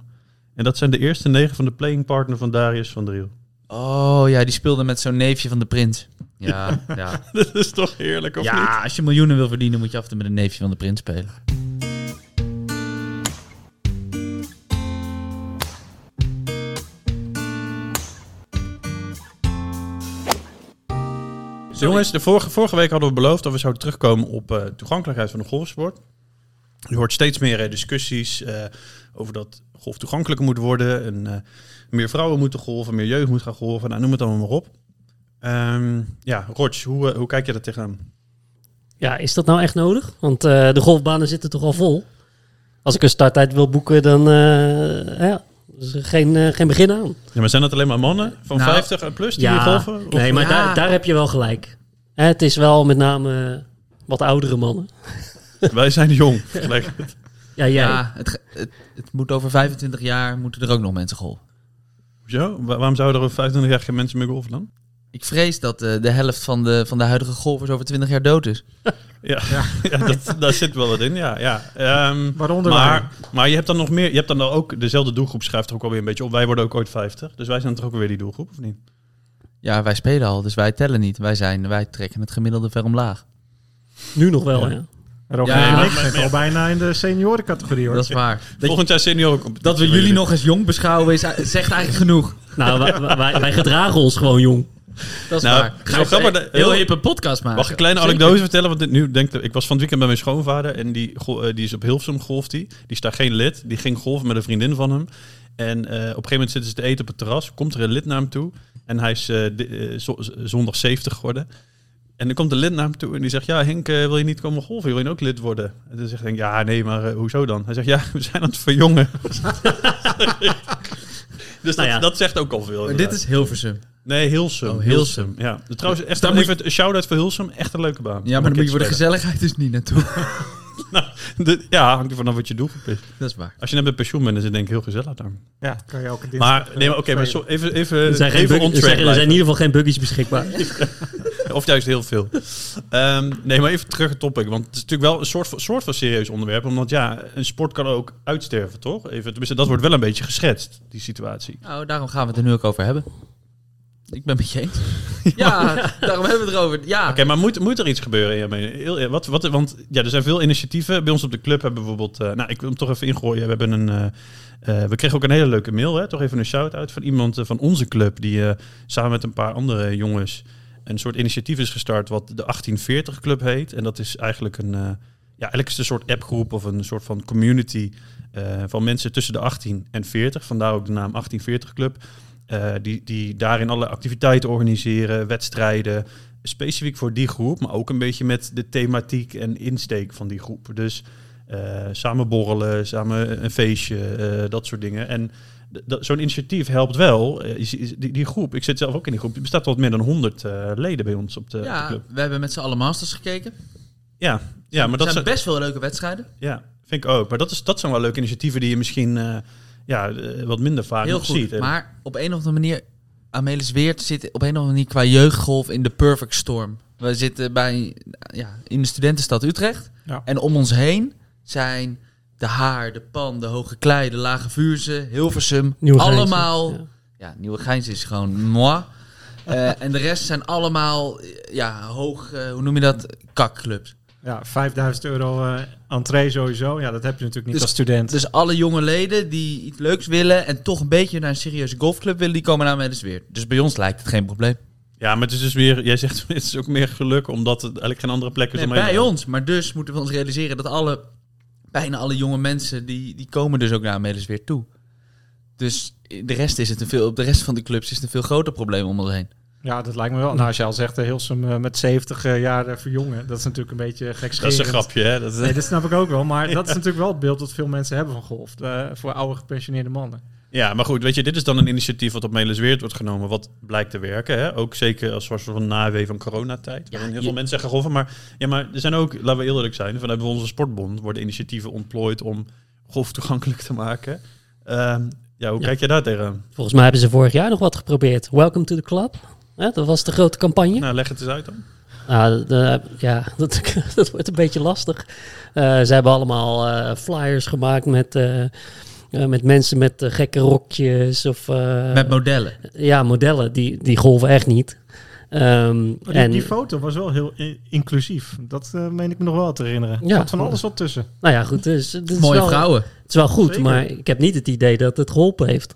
S1: En dat zijn de eerste negen van de playing partner van Darius van Driel.
S3: Oh ja, die speelde met zo'n neefje van de prins. Ja, ja.
S1: dat is toch heerlijk, of niet?
S3: ja als je miljoenen wil verdienen, moet je af en toe met een neefje van de prins spelen.
S1: Jongens, de vorige, vorige week hadden we beloofd dat we zouden terugkomen op eh, toegankelijkheid van de golfsport. Je hoort steeds meer eh, discussies eh, over dat golf toegankelijker moet worden. En eh, meer vrouwen moeten golven, meer jeugd moet gaan golven. Nou, noem het allemaal maar op. Ehm, ja, Roch, hoe, eh, hoe kijk je daar tegenaan?
S5: Ja, is dat nou echt nodig? Want eh, de golfbanen zitten toch al vol? Als ik een starttijd wil boeken, dan eh, ja, is er geen, eh, geen begin aan.
S1: Ja, maar zijn dat alleen maar mannen van
S3: Nou,
S1: 50 en plus die
S5: ja,
S1: hier golven? Of-
S5: Nee, maar
S3: Ja.
S5: daar, daar heb je wel gelijk. Hè, Het is wel met name eh, wat oudere mannen.
S1: Wij zijn jong. vergeleken.
S5: Ja, jij.
S3: Ja, het, ge- het, het moet over 25 jaar moeten er ook nog mensen golven.
S1: Hoezo? Wa- waarom zouden er 25 jaar geen mensen meer golven dan?
S3: Ik vrees dat eh, de helft van de, van de huidige golfers over 20 jaar dood is.
S1: Ja, ja. dat, daar zit wel wat in, ja. ja. Ehm,
S4: Waaronder wij.
S1: maar, maar je hebt dan nog meer, je hebt dan ook, dezelfde doelgroep schrijft er ook alweer een beetje op. Wij worden ook ooit 50, dus wij zijn toch ook weer die doelgroep, of niet?
S3: Ja, wij spelen al, dus wij tellen niet. Wij, zijn, wij trekken het gemiddelde ver omlaag.
S5: Nu nog wel,
S4: Ja.
S5: ja.
S4: Roger
S3: Ja,
S4: en
S1: maar-
S4: ik zitten al bijna in de seniorencategorie hoor.
S3: Dat is waar. Dat,
S1: Volgend jaar seniorencompetitie.
S3: dat we jullie nog eens jong beschouwen is, eh, zegt eigenlijk genoeg.
S5: Nou, wij- wij, wij, wij gedragen ons gewoon jong.
S3: Dat is
S1: Nou,
S3: waar.
S1: zo
S3: Ga eens
S1: grappig
S3: een
S1: dat-
S3: heel
S1: heel-
S3: hippe podcast maken.
S1: Mag ik een kleine
S3: Zeker.
S1: anekdote vertellen? Want dit, nu denk ik, ik was van het weekend bij mijn schoonvader en die, go- eh, die is op Hilversum golft die. Die is daar geen lid. Die ging golven met een vriendin van hem. En eh, op een gegeven moment zitten ze te eten op het terras. Komt er een lid naar hem toe. En hij is eh, di- eh, zo- z- zondag 70 geworden. En dan komt de lid naar hem toe en die zegt... Ja, Henk, eh, wil je niet komen golven? Wil je ook lid worden? En dan zegt Henk... Ja, nee, maar eh, hoezo dan? Hij zegt... Ja, we zijn aan het verjongen. dus dat,
S5: Nou ja.
S1: dat zegt ook al veel.
S3: Dit
S1: inderdaad.
S3: is Hilversum.
S1: Nee, Hilsum.
S3: Oh, Hilsum.
S1: Hilsum. Ja. Dus Trouwens, echt
S3: Daar
S1: dan
S3: moet
S1: even een shout-out voor Hilsum. Echt een leuke baan.
S3: Ja, maar dan moet je voor de gezelligheid dus niet naartoe.
S1: De- ja, hangt er vanaf wat je doelgroep is.
S3: Dat is waar.
S1: Als je net met pensioen bent, is het denk ik heel gezellig daar.
S4: Ja, kan je elke dinsdag.
S1: Maar, nee, maar oké, maar
S4: spelen.
S1: zo- even,
S5: Er
S1: even,
S5: zijn, geen
S1: even
S5: buggy-
S1: on
S5: er,
S1: track
S5: zijn, er zijn in
S1: blijven.
S5: ieder geval geen buggies beschikbaar.
S1: Of juist heel veel. Ehm, nee, maar even terug het topic. Want het is natuurlijk wel een soort van, soort van serieus onderwerp. Omdat ja, een sport kan ook uitsterven, toch? Even, tenminste, dat wordt wel een beetje geschetst, die situatie.
S3: Nou, daarom gaan we het er nu ook over hebben. Ik ben het met je eens. Ja, daarom hebben we het erover. Ja,
S1: Oké, maar moet, moet er iets gebeuren? in jouw mening? Heel, eh, wat, wat, want ja, er zijn veel initiatieven. Bij ons op de club hebben we bijvoorbeeld... eh, nou, ik wil hem toch even ingooien. We, hebben een, eh, eh, we kregen ook een hele leuke mail. Hè? Toch even een shout-out van iemand eh, van onze club... die eh, samen met een paar andere jongens... een soort initiatief is gestart... wat de 1840-club heet. En dat is eigenlijk een... eh, ja, eigenlijk is het een soort appgroep of een soort van community... eh, van mensen tussen de 18 en 40. Vandaar ook de naam 1840-club. Eh, die, die daarin allerlei activiteiten organiseren, wedstrijden specifiek voor die groep, maar ook een beetje met de thematiek en insteek van die groep. Dus eh, samen borrelen, samen een feestje, eh, dat soort dingen. En d- dat- zo'n initiatief helpt wel. Eh, je ziet- die, die groep, ik zit zelf ook in die groep, er bestaat wat meer dan 100 eh, leden bij ons op de, op de
S3: ja
S1: club.
S3: we hebben met z'n allen Masters gekeken.
S1: Ja, ja maar
S3: Er
S1: dat
S3: zijn
S1: zijn,
S3: best wel leuke wedstrijden.
S1: ja, vind ik ook. Maar dat, is, dat zijn wel leuke initiatieven die je misschien eh, ja, eh, wat minder vaak
S3: Heel
S1: nog
S3: goed.
S1: ziet. En-
S3: Maar op een of andere manier, Amelis Weert zit op een of andere manier qua jeugdgolf in de perfect storm. We zitten bij, ja, in de studentenstad Utrecht.
S4: Ja.
S3: En om ons heen zijn de Haar, de Pan, de Hoge Klei, de Lage Vuurse, Hilversum.
S5: Nieuwegeinzen.
S3: allemaal.
S5: Ja.
S3: Ja. Nieuwe Geins is gewoon moi. Eh, en de rest zijn allemaal, eh, ja, hoog, eh, hoe noem je dat? Kakclubs.
S4: Ja, 5000 euro eh, entree sowieso. Ja, dat heb je natuurlijk niet
S3: Dus-
S4: als student.
S3: Dus alle jonge leden die iets leuks willen en toch een beetje naar een serieuze golfclub willen, die komen naar Amelis Weert. Dus bij ons lijkt het geen probleem.
S1: Ja, maar het is dus weer, jij zegt het is ook meer geluk omdat het eigenlijk geen andere plek is
S3: Nee,
S1: om
S3: bij
S1: heen te gaan.
S3: ons. Maar dus moeten we ons realiseren dat alle, bijna alle jonge mensen, die, die komen dus ook naar Amelis weer toe. Dus de rest is het een veel, op de rest van de clubs is het een veel groter probleem om ons heen.
S4: Ja, dat lijkt me wel. Nou, als je al zegt, eh, Hilsum eh, met 70 eh, jaar eh, verjongen. Dat is natuurlijk een beetje gek
S1: Dat is een grapje, hè? Dat is,
S4: Nee, dat snap ik ook wel. Maar dat is natuurlijk wel het beeld dat veel mensen hebben van golf. eh, voor oude gepensioneerde mannen.
S1: Ja, maar goed, weet je, dit is dan een initiatief wat op Melisweert wordt genomen, wat blijkt te werken. Hè? Ook zeker als soort van nawee van coronatijd, waarin heel
S3: je-
S1: veel mensen zeggen golven. Maar, ja, maar er zijn ook, laten we eerlijk zijn, vanuit onze sportbond worden initiatieven ontplooid om golf toegankelijk te maken. Ehm, ja, hoe
S5: Ja.
S1: kijk je daar tegenaan?
S5: Volgens mij hebben ze vorig jaar nog wat geprobeerd. Welcome to the club. Hè, dat was de grote campagne.
S1: Nou, leg het eens uit dan.
S5: Nou, de- ja, dat, dat wordt een beetje lastig. Eh, ze hebben allemaal eh, flyers gemaakt met, eh, eh, met mensen met eh, gekke rokjes. Of, eh,
S3: Met modellen.
S5: ja, modellen. Die, die golven echt niet. Ehm,
S4: Maar Oh, die,
S5: en,
S4: die foto was wel heel i- inclusief. Dat eh, meen ik me nog wel te herinneren.
S5: Ja.
S4: Ja. Zat van alles wat tussen.
S5: nou ja, goed. Dus, dit is
S3: Mooie
S5: wel-
S3: vrouwen.
S5: Het is wel goed,
S4: Zeker.
S5: maar ik heb niet het idee dat het geholpen heeft.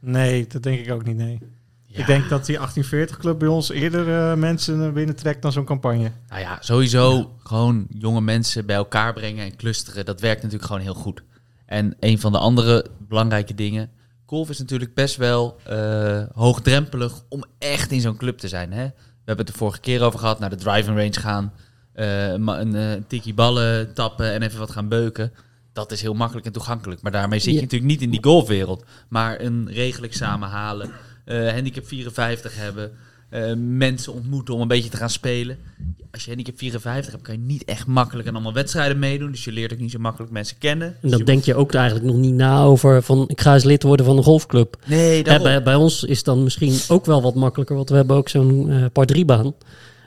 S4: Nee, dat denk ik ook niet, nee.
S3: Ja,
S4: Ik denk dat die 1840-club bij ons eerder eh, mensen naar binnen trekt dan zo'n campagne.
S3: Nou ja, sowieso gewoon jonge mensen bij elkaar brengen en clusteren. Dat werkt natuurlijk gewoon heel goed. En een van de andere belangrijke dingen. Golf is natuurlijk best wel eh, hoogdrempelig om echt in zo'n club te zijn. Hè? We hebben het de vorige keer over gehad. Naar de driving range gaan. eh, ma- een eh tikkie ballen tappen en even wat gaan beuken. Dat is heel makkelijk en toegankelijk. Maar daarmee zit je
S5: Ja.
S3: natuurlijk niet in die golfwereld. Maar een regelijk samenhalen. eh, handicap 54 hebben. eh, mensen ontmoeten om een beetje te gaan spelen als je handicap 54 hebt, kan je niet echt makkelijk aan allemaal wedstrijden meedoen. Dus je leert ook niet zo makkelijk mensen kennen. Dus
S5: En dan denk je ook eigenlijk nog niet na over van ik ga eens lid worden van een golfclub.
S3: Nee,
S5: Hè,
S3: daarom.
S5: bij, bij ons is dan misschien ook wel wat makkelijker, want we hebben ook zo'n eh par 3 baan.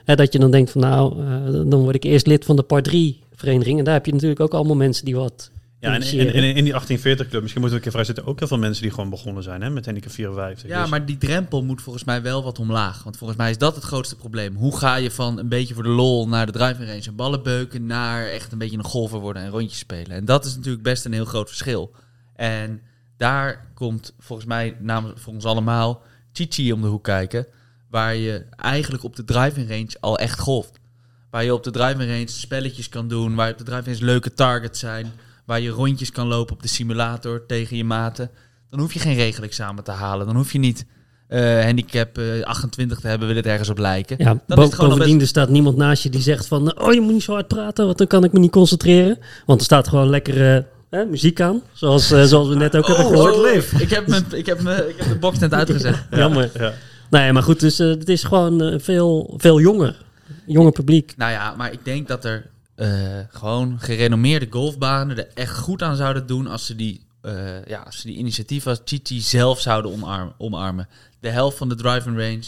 S5: Hè, dat je dan denkt van nou, eh, dan word ik eerst lid van de par 3 vereniging. En daar heb je natuurlijk ook allemaal mensen die wat
S1: Ja, en, en,
S5: initiëren.
S1: en in die 1840-club, misschien moeten we een keer vrij zitten, ook heel veel mensen die gewoon begonnen zijn hè, met handicap 54.
S3: ja,
S1: Dus-
S3: maar die drempel moet volgens mij wel wat omlaag. Want volgens mij is dat het grootste probleem. Hoe ga je van een beetje voor de lol naar de driving range en ballen beuken... naar echt een beetje een golfer worden en rondjes spelen. En dat is natuurlijk best een heel groot verschil. En daar komt volgens mij namens voor ons allemaal Chichi om de hoek kijken... waar je eigenlijk op de driving range al echt golft. Waar je op de driving range spelletjes kan doen. Waar je op de driving range leuke targets zijn. Waar je rondjes kan lopen op de simulator tegen je maten. Dan hoef je geen regel-examen te halen. Dan hoef je niet eh, handicap eh, 28 te hebben, wil het ergens op lijken.
S5: ja,
S3: is
S5: bo-
S3: gewoon al
S5: bovendien er staat niemand naast je die zegt van oh je moet niet zo hard praten, want dan kan ik me niet concentreren. Want er staat gewoon lekkere eh, muziek aan, zoals, eh, zoals we net ook hebben
S3: Oh,
S5: gehoord.
S3: oh, Ik heb, mijn, ik, heb mijn, ik heb de box net uitgezet.
S5: Jammer.
S1: ja.
S5: Nee, maar goed, dus eh, het is gewoon eh, veel, veel jonger. Jonger publiek.
S3: Nou ja, maar ik denk dat er eh, gewoon gerenommeerde golfbanen er echt goed aan zouden doen als ze die, eh, ja, als ze die initiatieven als Chichi zelf zouden omarm- omarmen. De helft van de driving range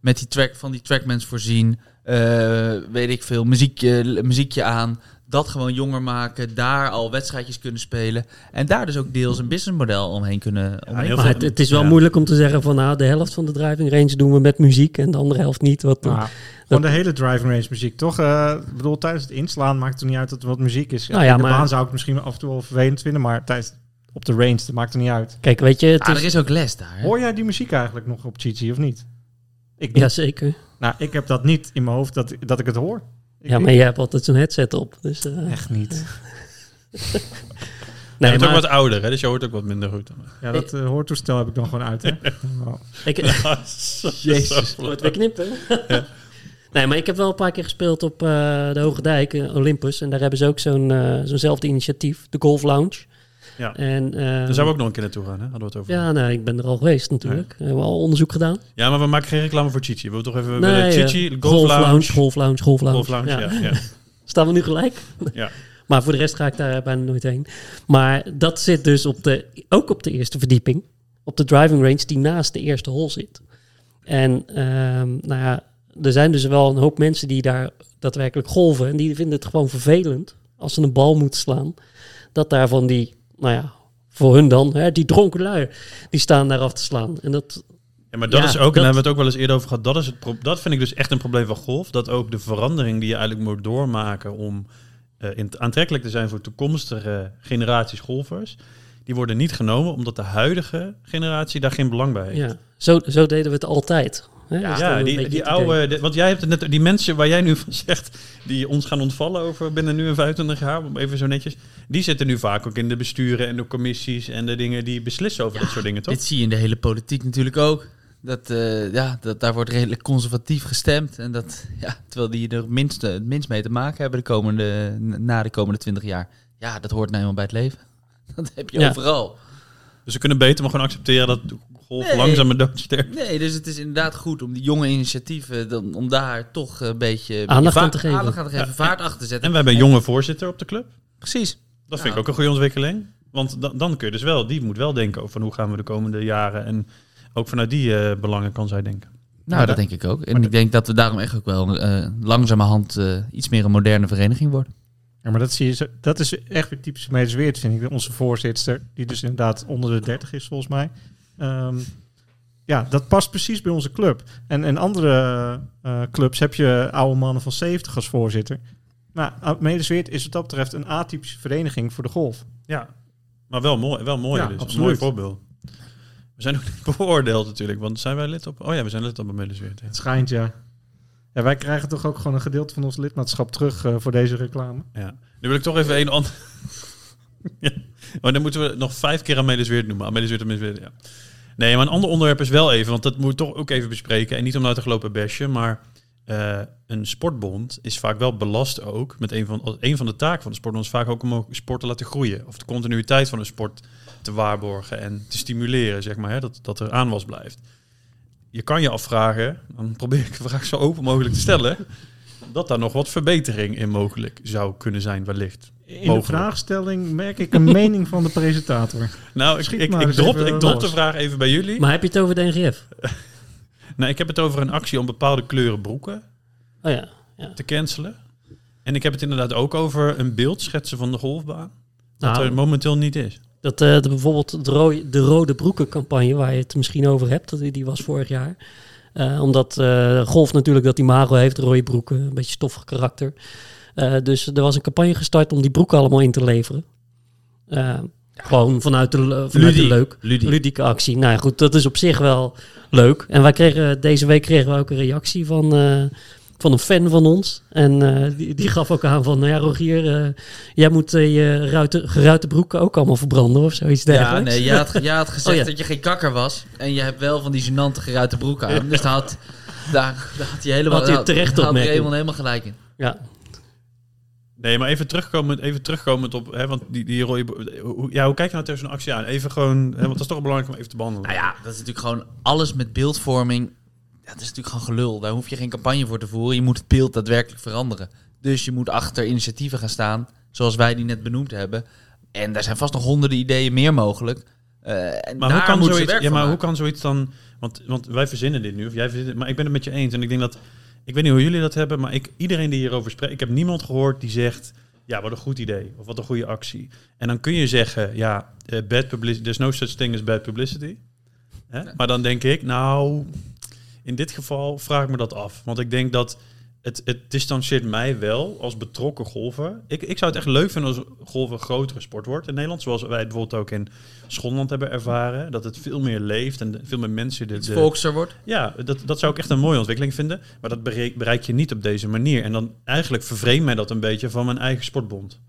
S3: met die track van die trackmans voorzien, eh, weet ik veel, muziekje, muziekje aan. Dat gewoon jonger maken, daar al wedstrijdjes kunnen spelen. En daar dus ook deels een businessmodel omheen kunnen. omheen-
S1: heel
S5: Maar
S1: veel-
S5: het, het is wel
S1: ja.
S5: moeilijk om te zeggen van nou, de helft van de driving range doen we met muziek en de andere helft niet. Wat,
S1: Ah.
S4: Nou, gewoon de hele driving range muziek, toch? Eh, Ik bedoel, tijdens het inslaan maakt het er niet uit dat er wat muziek is.
S5: Nou ja,
S4: in de
S5: maar-
S4: baan zou ik misschien af en toe wel vervelend vinden, maar tijdens op de range, dat maakt er niet uit.
S5: Kijk, weet je, het
S3: Ah,
S5: is,
S3: er is ook les daar. hè?
S4: Hoor jij die muziek eigenlijk nog op Chichi of niet? Ik,
S5: ja
S4: niet.
S5: zeker.
S4: Nou, ik heb dat niet in mijn hoofd dat, dat ik het hoor. Ik
S5: Ja,
S4: weet-
S5: maar jij hebt altijd zo'n headset op. Dus, eh,
S4: Echt niet.
S1: Ja, je
S5: nee,
S1: bent ook
S5: maar
S1: wat ouder, hè, dus je hoort ook wat minder goed.
S4: Ja, dat eh, hoortoestel heb ik dan gewoon uit, hè? Nou,
S5: ik,
S1: Jezus.
S5: wordt weer knippen. nee, maar ik heb wel een paar keer gespeeld op eh, de Hoge Dijk, eh, Olympus. En daar hebben ze ook zo'n eh, zo'nzelfde initiatief, de Golf Lounge.
S1: Ja.
S5: En, eh,
S1: Daar zouden we ook nog een keer naartoe gaan, hè? hadden we het over.
S5: Ja, nou, ik ben er al geweest natuurlijk. We hebben al onderzoek gedaan.
S1: Ja, maar we maken geen reclame voor Chichi. We willen toch even
S5: Nee,
S1: bij de
S5: eh,
S1: Chichi, Golf Lounge.
S5: Golf Lounge, Golf Lounge.
S1: Golf Lounge, ja. ja.
S5: Staan we nu gelijk?
S1: Ja.
S5: maar voor de rest ga ik daar bijna nooit heen. Maar dat zit dus op de, ook op de eerste verdieping. Op de driving range die naast de eerste hole zit. En ehm, nou ja, er zijn dus wel een hoop mensen die daar daadwerkelijk golven. En die vinden het gewoon vervelend als ze een bal moeten slaan. Dat daar van die, nou ja, voor hun dan, hè, die dronken lui, die staan daar af te slaan. En dat,
S1: Ja, maar dat
S5: Ja,
S1: is ook, en
S5: dat-
S1: daar hebben we het ook wel eens eerder over gehad, dat, is het pro- dat vind ik dus echt een probleem van golf. Dat ook de verandering die je eigenlijk moet doormaken om eh, in- aantrekkelijk te zijn voor toekomstige generaties golfers, die worden niet genomen omdat de huidige generatie daar geen belang bij heeft.
S5: ja, zo, zo deden we het altijd. Hè,
S1: Ja,
S5: is dan
S1: die,
S5: een beetje
S1: die
S5: het idee.
S1: oude, de- want jij hebt het net, die mensen waar jij nu van zegt, die ons gaan ontvallen over binnen nu en 25 jaar, om even zo netjes, die zitten nu vaak ook in de besturen en de commissies en de dingen die beslissen over dat soort dingen, toch?
S3: Dit zie je in de hele politiek natuurlijk ook. Dat, eh, ja, dat, daar wordt redelijk conservatief gestemd. En dat, ja, terwijl die er minst, het minst mee te maken hebben de komende, na de komende 20 jaar. Ja, dat hoort nou helemaal bij het leven. Dat heb je
S5: Ja.
S3: overal.
S1: Dus we kunnen beter maar gewoon accepteren dat golf
S3: Nee.
S1: langzaam maar doodsterft.
S3: Nee, dus het is inderdaad goed om die jonge initiatieven, dan, om daar toch een beetje een
S5: Aandacht
S3: beetje
S5: aan te
S3: vaart-
S5: geven.
S3: aandacht aan te geven, vaart achter te zetten.
S1: En we hebben een jonge voorzitter op de club.
S3: Precies.
S1: Dat
S3: Ja.
S1: vind ik
S4: Nou.
S1: ook een goede ontwikkeling. Want dan, dan kun je dus wel, die moet wel denken over van hoe gaan we de komende jaren. En ook vanuit die eh, belangen kan zij denken.
S3: Nou, dat denk ik ook. En ik denk dat we daarom echt ook wel eh, langzamerhand eh, iets meer een moderne vereniging worden.
S4: Ja, maar dat, zie je zo- dat is echt weer typisch Medeweert, vind ik. Onze voorzitter, die dus inderdaad onder de 30 is, volgens mij. Ehm, ja, dat past precies bij onze club. En in andere eh, clubs heb je oude mannen van 70 als voorzitter. Nou, Maar Medesweert is wat dat betreft een atypische vereniging voor de golf.
S1: Ja, maar wel mooi. Wel mooi
S4: Ja,
S1: dus. Een
S4: absoluut.
S1: mooi voorbeeld. We zijn ook niet beoordeeld natuurlijk, want zijn wij lid op... Oh ja, we zijn lid op Amelis weer.
S4: Het schijnt, ja. Ja, wij krijgen toch ook gewoon een gedeelte van ons lidmaatschap terug eh, voor deze reclame.
S1: Ja. Nu wil ik toch even een ander... ja. Maar dan moeten we nog vijf keer Amelis weer noemen. Amelis weer, tenminste weer, ja. Nee, maar een ander onderwerp is wel even, want dat moet toch ook even bespreken. En niet om nou te gelopen besje, maar eh, een sportbond is vaak wel belast ook met een van, een van de taken van de sportbond is vaak ook om ook sport te laten groeien. Of de continuïteit van een sport te waarborgen en te stimuleren, zeg maar, hè, dat, dat er aanwas blijft. Je kan je afvragen, dan probeer ik de vraag zo open mogelijk te stellen, dat daar nog wat verbetering in mogelijk zou kunnen zijn, wellicht.
S4: In
S1: Mogelijk.
S4: de vraagstelling merk ik een mening van de presentator.
S1: Nou, ik,
S4: Schiet
S1: ik,
S4: maar
S1: ik,
S4: eens
S1: drop,
S4: even
S1: ik drop
S4: los.
S1: de vraag even bij jullie.
S5: Maar heb je het over de NGF?
S1: Nou, ik heb het over een actie om bepaalde kleuren broeken
S5: Oh ja.
S1: te cancelen. En ik heb het inderdaad ook over een beeld schetsen van de golfbaan. Dat
S5: Nou.
S1: er momenteel niet is.
S5: Dat eh, de, bijvoorbeeld de, rooi- de Rode Broeken-campagne, waar je het misschien over hebt, dat die, die was vorig jaar. Eh, omdat eh, golf natuurlijk dat imago heeft, rode broeken, een beetje stoffig karakter. Eh, dus er was een campagne gestart om die broeken allemaal in te leveren. Eh, Gewoon vanuit de, le- vanuit de
S1: Ludie.
S5: leuk,
S1: Ludie.
S5: ludieke actie. Nou ja, goed, dat is op zich wel leuk. En wij kregen, deze week kregen we ook een reactie van, eh, van een fan van ons. En eh, die, die gaf ook aan van, nou ja Rogier, eh, jij moet eh, je ruiten, geruite broeken ook allemaal verbranden of zoiets dergelijks.
S3: Ja, nee, jij had, jij had gezegd
S5: Oh, ja.
S3: dat je geen kakker was. En je hebt wel van die genante geruite broek aan. Dus daar had, daar, daar had hij helemaal...
S5: Had hij een terechte
S3: daar had
S5: opmerking.
S3: Raymond helemaal gelijk in.
S5: Ja.
S1: Nee, maar even terugkomend, even terugkomend op... Hè, want die, die rode... bro- hoe- Ja, hoe kijk je nou tegen zo'n actie aan? Even gewoon... Hè, want dat is toch belangrijk om even te behandelen.
S3: Nou ja, dat is natuurlijk gewoon alles met beeldvorming. Ja, dat is natuurlijk gewoon gelul. Daar hoef je geen campagne voor te voeren. Je moet het beeld daadwerkelijk veranderen. Dus je moet achter initiatieven gaan staan, zoals wij die net benoemd hebben. En daar zijn vast nog honderden ideeën meer mogelijk. Eh, en
S1: Maar,
S3: daar
S1: hoe kan,
S3: moeten ze
S1: zoiets,
S3: werk
S1: ja,
S3: van
S1: maar hoe
S3: maken.
S1: kan zoiets dan... Want, want wij verzinnen dit nu, of jij verzint het, Maar ik ben het met je eens. En ik denk dat... Ik weet niet hoe jullie dat hebben, maar ik, iedereen die hierover spreekt... Ik heb niemand gehoord die zegt... Ja, wat een goed idee. Of wat een goede actie. En dan kun je zeggen... Ja, eh, bad publicity... There's no such thing as bad publicity. Hè? Maar dan denk ik... Nou, in dit geval vraag ik me dat af. Want ik denk dat... Het, het distancieert mij wel als betrokken golfer. Ik, ik zou het echt leuk vinden als golf een grotere sport wordt in Nederland. Zoals wij het bijvoorbeeld ook in Schotland hebben ervaren. Dat het veel meer leeft en de- veel meer mensen... De,
S3: Iets
S1: de-
S3: volkser wordt.
S1: ja, dat, dat zou ik echt een mooie ontwikkeling vinden. Maar dat bereik, bereik je niet op deze manier. En dan eigenlijk vervreemd mij dat een beetje van mijn eigen sportbond.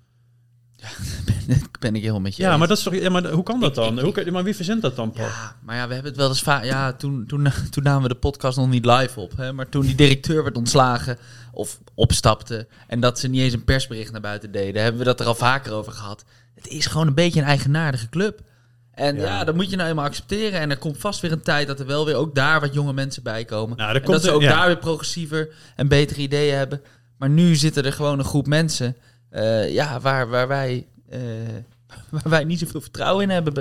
S3: Ik ben ik heel met je
S1: Ja,
S3: eens.
S1: maar, dat is toch, ja, maar hoe kan dat
S3: Ik-
S1: dan?
S3: ik-
S1: Hoe kan, maar wie verzint dat dan, Paul?
S3: Ja, maar ja, we hebben het wel eens vaak. Ja, toen, toen, toen namen we de podcast nog niet live op. Hè? Maar toen die directeur werd ontslagen of opstapte. en dat ze niet eens een persbericht naar buiten deden. hebben we dat er al vaker over gehad. Het is gewoon een beetje een eigenaardige club. En ja,
S1: Ja.
S3: dat moet je nou eenmaal accepteren. En er komt vast weer een tijd dat er wel weer ook daar wat jonge mensen bij komen.
S1: Nou, er
S3: en
S1: komt
S3: dat ze
S1: een-
S3: ook
S1: ja.
S3: daar weer progressiever en betere ideeën hebben. Maar nu zitten er gewoon een groep mensen. eh, ja, waar, waar, wij, eh, waar wij niet zoveel vertrouwen in hebben.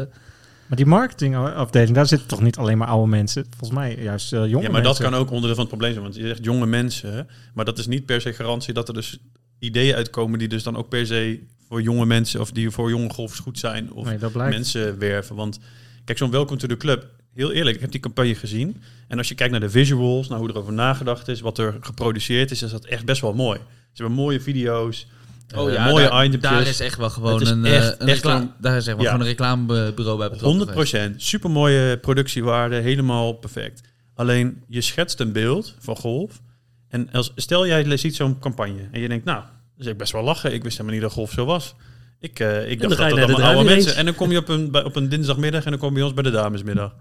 S4: Maar die marketingafdeling, daar zitten toch niet alleen maar oude mensen? Volgens mij juist eh, jonge
S1: Ja, maar dat
S4: mensen.
S1: kan ook onderdeel van het probleem zijn. Want je zegt jonge mensen. Maar dat is niet per se garantie dat er dus ideeën uitkomen... die dus dan ook per se voor jonge mensen... of die voor jonge golfers goed zijn. Of
S4: Nee, dat blijkt.
S1: mensen werven. Want kijk, zo'n Welcome to the Club. Heel eerlijk, ik heb die campagne gezien. En als je kijkt naar de visuals, naar hoe erover nagedacht is, wat er geproduceerd is, is dat echt best wel mooi. Ze hebben mooie video's, eh, mooie
S3: Oh daar,
S1: itempjes.
S3: Daar is echt wel gewoon
S1: Het is
S3: een, eh,
S1: echt-
S3: een
S1: echt
S3: reclame,
S1: gewoon-
S3: daar is echt wel
S1: ja.
S3: gewoon een reclamebureau bij betrokken.
S1: 100 procent. Super mooie productiewaarde, helemaal perfect. Alleen je schetst een beeld van golf. En als, stel jij ziet zo'n campagne en je denkt, nou, dat is echt best wel lachen. Ik wist helemaal niet dat golf zo was. Ik, eh, ik
S5: dan
S1: dacht
S5: ga je
S1: dat
S5: naar
S1: dat
S5: de
S1: allemaal oude
S5: druiven
S1: mensen.
S5: eens.
S1: En dan kom je op een, bij- op een dinsdagmiddag en dan kom je bij ons bij de damesmiddag.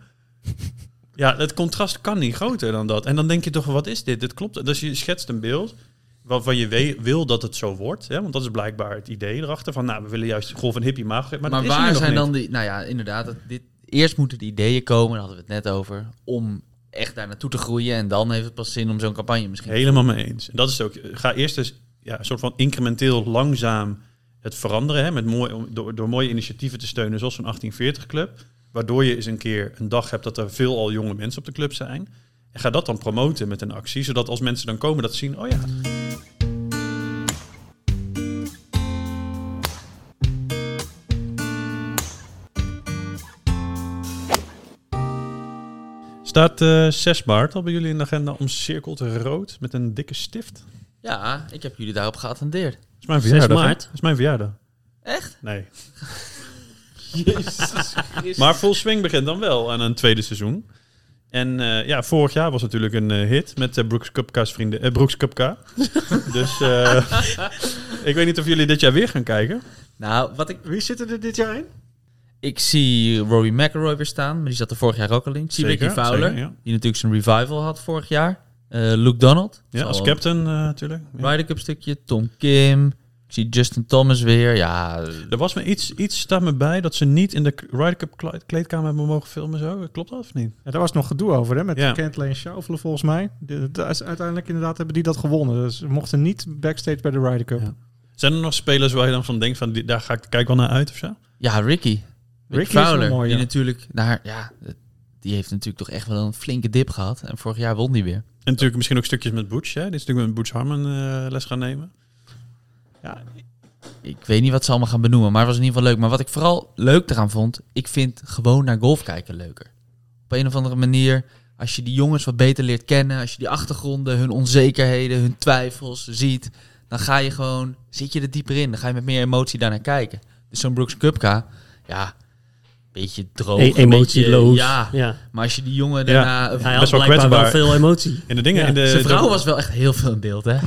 S1: Ja, het contrast kan niet groter dan dat. En dan denk je toch, wat is dit? Dit klopt. Dus je schetst een beeld waarvan je we- wil dat het zo wordt. Hè? Want dat is blijkbaar het idee erachter. Van, nou, we willen juist golf een hippie maag. Maar,
S3: Maar,
S1: dat is er nu
S3: waar
S1: nog
S3: zijn
S1: niet.
S3: dan die... Nou ja, inderdaad. dat dit, eerst moeten de ideeën komen, daar hadden we het net over, om echt daar naartoe te groeien. En dan heeft het pas zin om zo'n campagne misschien.
S1: Helemaal mee eens. En dat is het ook. Ga eerst eens ja, een soort van incrementeel langzaam het veranderen. Hè, met mooi, door, door mooie initiatieven te steunen, zoals zo'n 1840-club. Waardoor je eens een keer een dag hebt dat er veel al jonge mensen op de club zijn. En ga dat dan promoten met een actie, zodat als mensen dan komen dat ze zien, oh ja. Staat eh 6 maart al bij jullie in de agenda omcirkeld rood met een dikke stift? Dat
S3: Ja, ik heb jullie daarop geattendeerd.
S1: is mijn
S5: 6
S1: verjaardag. hè?
S5: maart?
S1: Dat is mijn verjaardag.
S3: Echt?
S1: Nee.
S3: Jezus Christus.
S1: Maar Full Swing begint dan wel aan een tweede seizoen. En eh, ja, vorig jaar was natuurlijk een eh, hit met eh, Brooks Cupka's vrienden. eh, Brooks Cupka. dus eh, ik weet niet of jullie dit jaar weer gaan kijken.
S3: Nou, wat ik,
S4: Wie zitten er dit jaar in?
S3: ik zie Rory McIlroy weer staan, maar die zat er vorig jaar ook al in. Ik zie
S1: Zeker,
S3: Ricky Fowler,
S1: zeker, ja.
S3: die natuurlijk zijn revival had vorig jaar. Eh, Luke Donald.
S1: Ja, als
S3: Zal-
S1: captain eh, natuurlijk. Ja.
S3: Ryder Cup stukje, Tom Kim. Ik zie Justin Thomas weer. Ja,
S1: Er was me iets, iets staat me bij dat ze niet in de k- Ryder Cup kle- kleedkamer hebben mogen filmen. Zo. Klopt dat of niet?
S4: Ja, daar was nog gedoe over, hè? Met
S1: Ja.
S4: Kentley en Schaufelen, volgens mij. De- de- is- uiteindelijk inderdaad hebben die dat gewonnen. Dus ze mochten niet backstage bij de Ryder Cup.
S1: Ja. Zijn er nog spelers waar je dan van denkt van die, daar ga ik kijk wel naar uit of zo?
S3: ja Ricky. Ricky
S4: Ricky is
S3: Fowler,
S4: wel mooi,
S3: die
S4: ja.
S3: natuurlijk naar, ja, die heeft natuurlijk toch echt wel een flinke dip gehad. En vorig jaar won die weer.
S1: En natuurlijk misschien ook stukjes met Butch. Hè? Die is natuurlijk met Butch Harmon eh, les gaan nemen.
S3: Ik weet niet wat ze allemaal gaan benoemen, maar het was in ieder geval leuk. Maar wat ik vooral leuk eraan vond, ik vind gewoon naar golf kijken leuker. Op een of andere manier, als je die jongens wat beter leert kennen, als je die achtergronden, hun onzekerheden, hun twijfels ziet, dan ga je gewoon, zit je er dieper in. Dan ga je met meer emotie daarnaar kijken. Dus zo'n Brooks Cupka, ja, een beetje droog.
S5: E-
S3: Oh, een
S5: emotieloos.
S3: beetje- ja,
S5: ja.
S3: maar als je die jongen
S1: Ja.
S3: daarna...
S5: Hij
S1: Best
S5: had
S1: wel
S5: blijkbaar wel
S1: kwetsbaar.
S5: veel emotie.
S1: In de dingen.
S5: Ja,
S1: in de,
S3: Zijn vrouw
S1: docu-
S3: was wel echt heel veel in beeld, hè?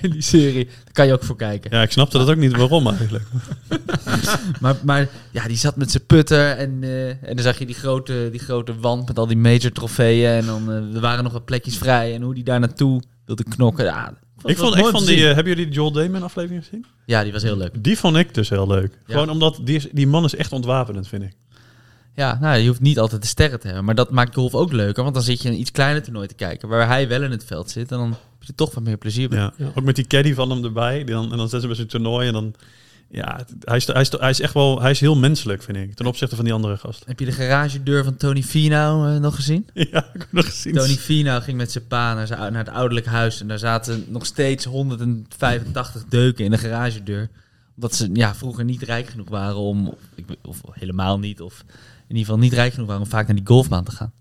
S3: In die serie. Daar kan je ook voor kijken.
S1: Ja, ik snapte dat ook niet waarom eigenlijk.
S3: Maar, maar ja, die zat met zijn putter en, eh, en dan zag je die grote, die grote wand met al die major trofeeën. En dan eh, er waren nog wat plekjes vrij en hoe die daar naartoe wilde knokken. Ja,
S1: Ik vond,
S3: het
S1: ik
S3: mooi om
S1: vond
S3: te
S1: die,
S3: zien.
S1: eh, hebben jullie die Joel Damon aflevering gezien?
S3: Ja, die was heel leuk.
S1: Die vond ik dus heel leuk. Gewoon omdat die, is- die man is echt ontwapenend, vind ik.
S3: Ja, nou, je hoeft niet altijd de sterren te hebben. Maar dat maakt golf ook leuker, want dan zit je een iets kleiner toernooi te kijken. Waar hij wel in het veld zit en dan heb je toch wat meer plezier bij.
S1: Ja. Ook met die caddy van hem erbij. Die dan, en dan zetten ze bij zijn toernooi. En dan, ja, het- hij, is, hij, is, hij is echt wel hij is heel menselijk, vind ik. Ten opzichte van die andere gast.
S3: Heb je de garagedeur van Tony Finau eh, nog gezien?
S1: Ja, ik heb nog gezien.
S3: Tony Finau ging met zijn pa naar, zijn, ou- naar het ouderlijk huis. En daar zaten nog steeds 185 deuken in de garagedeur. Omdat ze ja, vroeger niet rijk genoeg waren om... Ik, weet- of helemaal niet. Of in ieder geval niet rijk genoeg waren om vaak naar die golfbaan te gaan.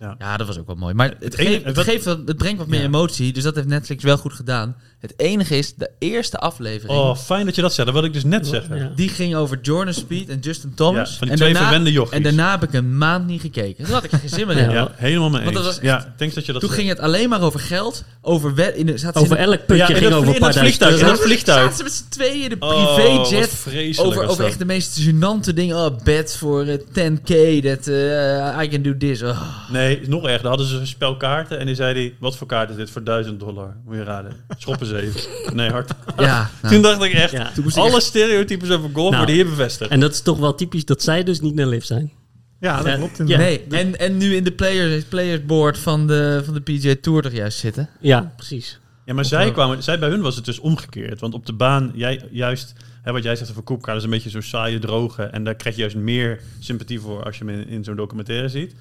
S1: Ja.
S3: Ja, dat was ook wel mooi. Maar het,
S1: enige-
S3: geeft, het,
S1: wat-
S3: geeft, wat- het brengt wat meer
S1: Ja.
S3: emotie. Dus dat heeft Netflix wel goed gedaan. Het enige is, de eerste aflevering...
S1: Oh, fijn dat je dat zegt. Dat wilde ik dus net zeggen.
S5: Ja.
S3: Die ging over Jordan Speed en Justin Thomas.
S1: Ja, van die
S3: en
S1: twee
S3: daarna,
S1: verwende jochies.
S3: En daarna heb ik een maand niet gekeken. Toen had ik er geen zin meer in.
S5: Ja.
S1: Ja, helemaal mee
S3: Want
S1: eens.
S3: dat was echt-
S1: ja, thanks dat je dat
S3: Toen ging het alleen maar over geld, over wet. In de, zaten ze
S5: Over
S3: in de-
S5: elk putje
S1: Ja, in
S5: ging
S1: dat
S5: over
S1: vlie-
S5: een
S1: in dat
S5: paar duizend
S1: vliegtuig, in
S5: euro.
S1: dat vliegtuig.
S3: Zaten ze met z'n tweeën in de
S1: Oh, wat
S3: privéjet.
S1: vreselijk
S3: over
S1: was
S3: over
S1: dat.
S3: echt de meest gênante dingen. Oh, bed voor eh, 10k. Dat, eh, I can do this. Oh.
S1: Nee, is nog erger. Daar hadden ze een spel kaarten en die zei hij, wat voor kaart is dit? Voor 1000 dollar. Moet je raden. Schoppen ze even. Nee, hard.
S3: Ja, nou,
S1: Toen dacht ik echt,
S5: Ja.
S3: Toen moest ik
S1: alle stereotypes over golf
S5: Nou.
S1: worden hier bevestigd.
S5: En dat is toch wel typisch dat zij dus niet naar lift zijn.
S4: Ja, dat
S5: Ja.
S4: klopt
S5: Ja.
S4: inderdaad.
S3: nee. En, en nu in de players, playersboard van de, van de PJ Tour toch juist zitten.
S5: Ja, precies.
S1: Ja, maar
S3: eh,
S1: zij kwamen, zij, bij hun was het dus omgekeerd. Want op de baan, jij, juist, hè, wat jij zegt over Koepka, dat is een beetje zo'n saaie droge. En daar krijg je juist meer sympathie voor als je hem in, in zo'n documentaire ziet.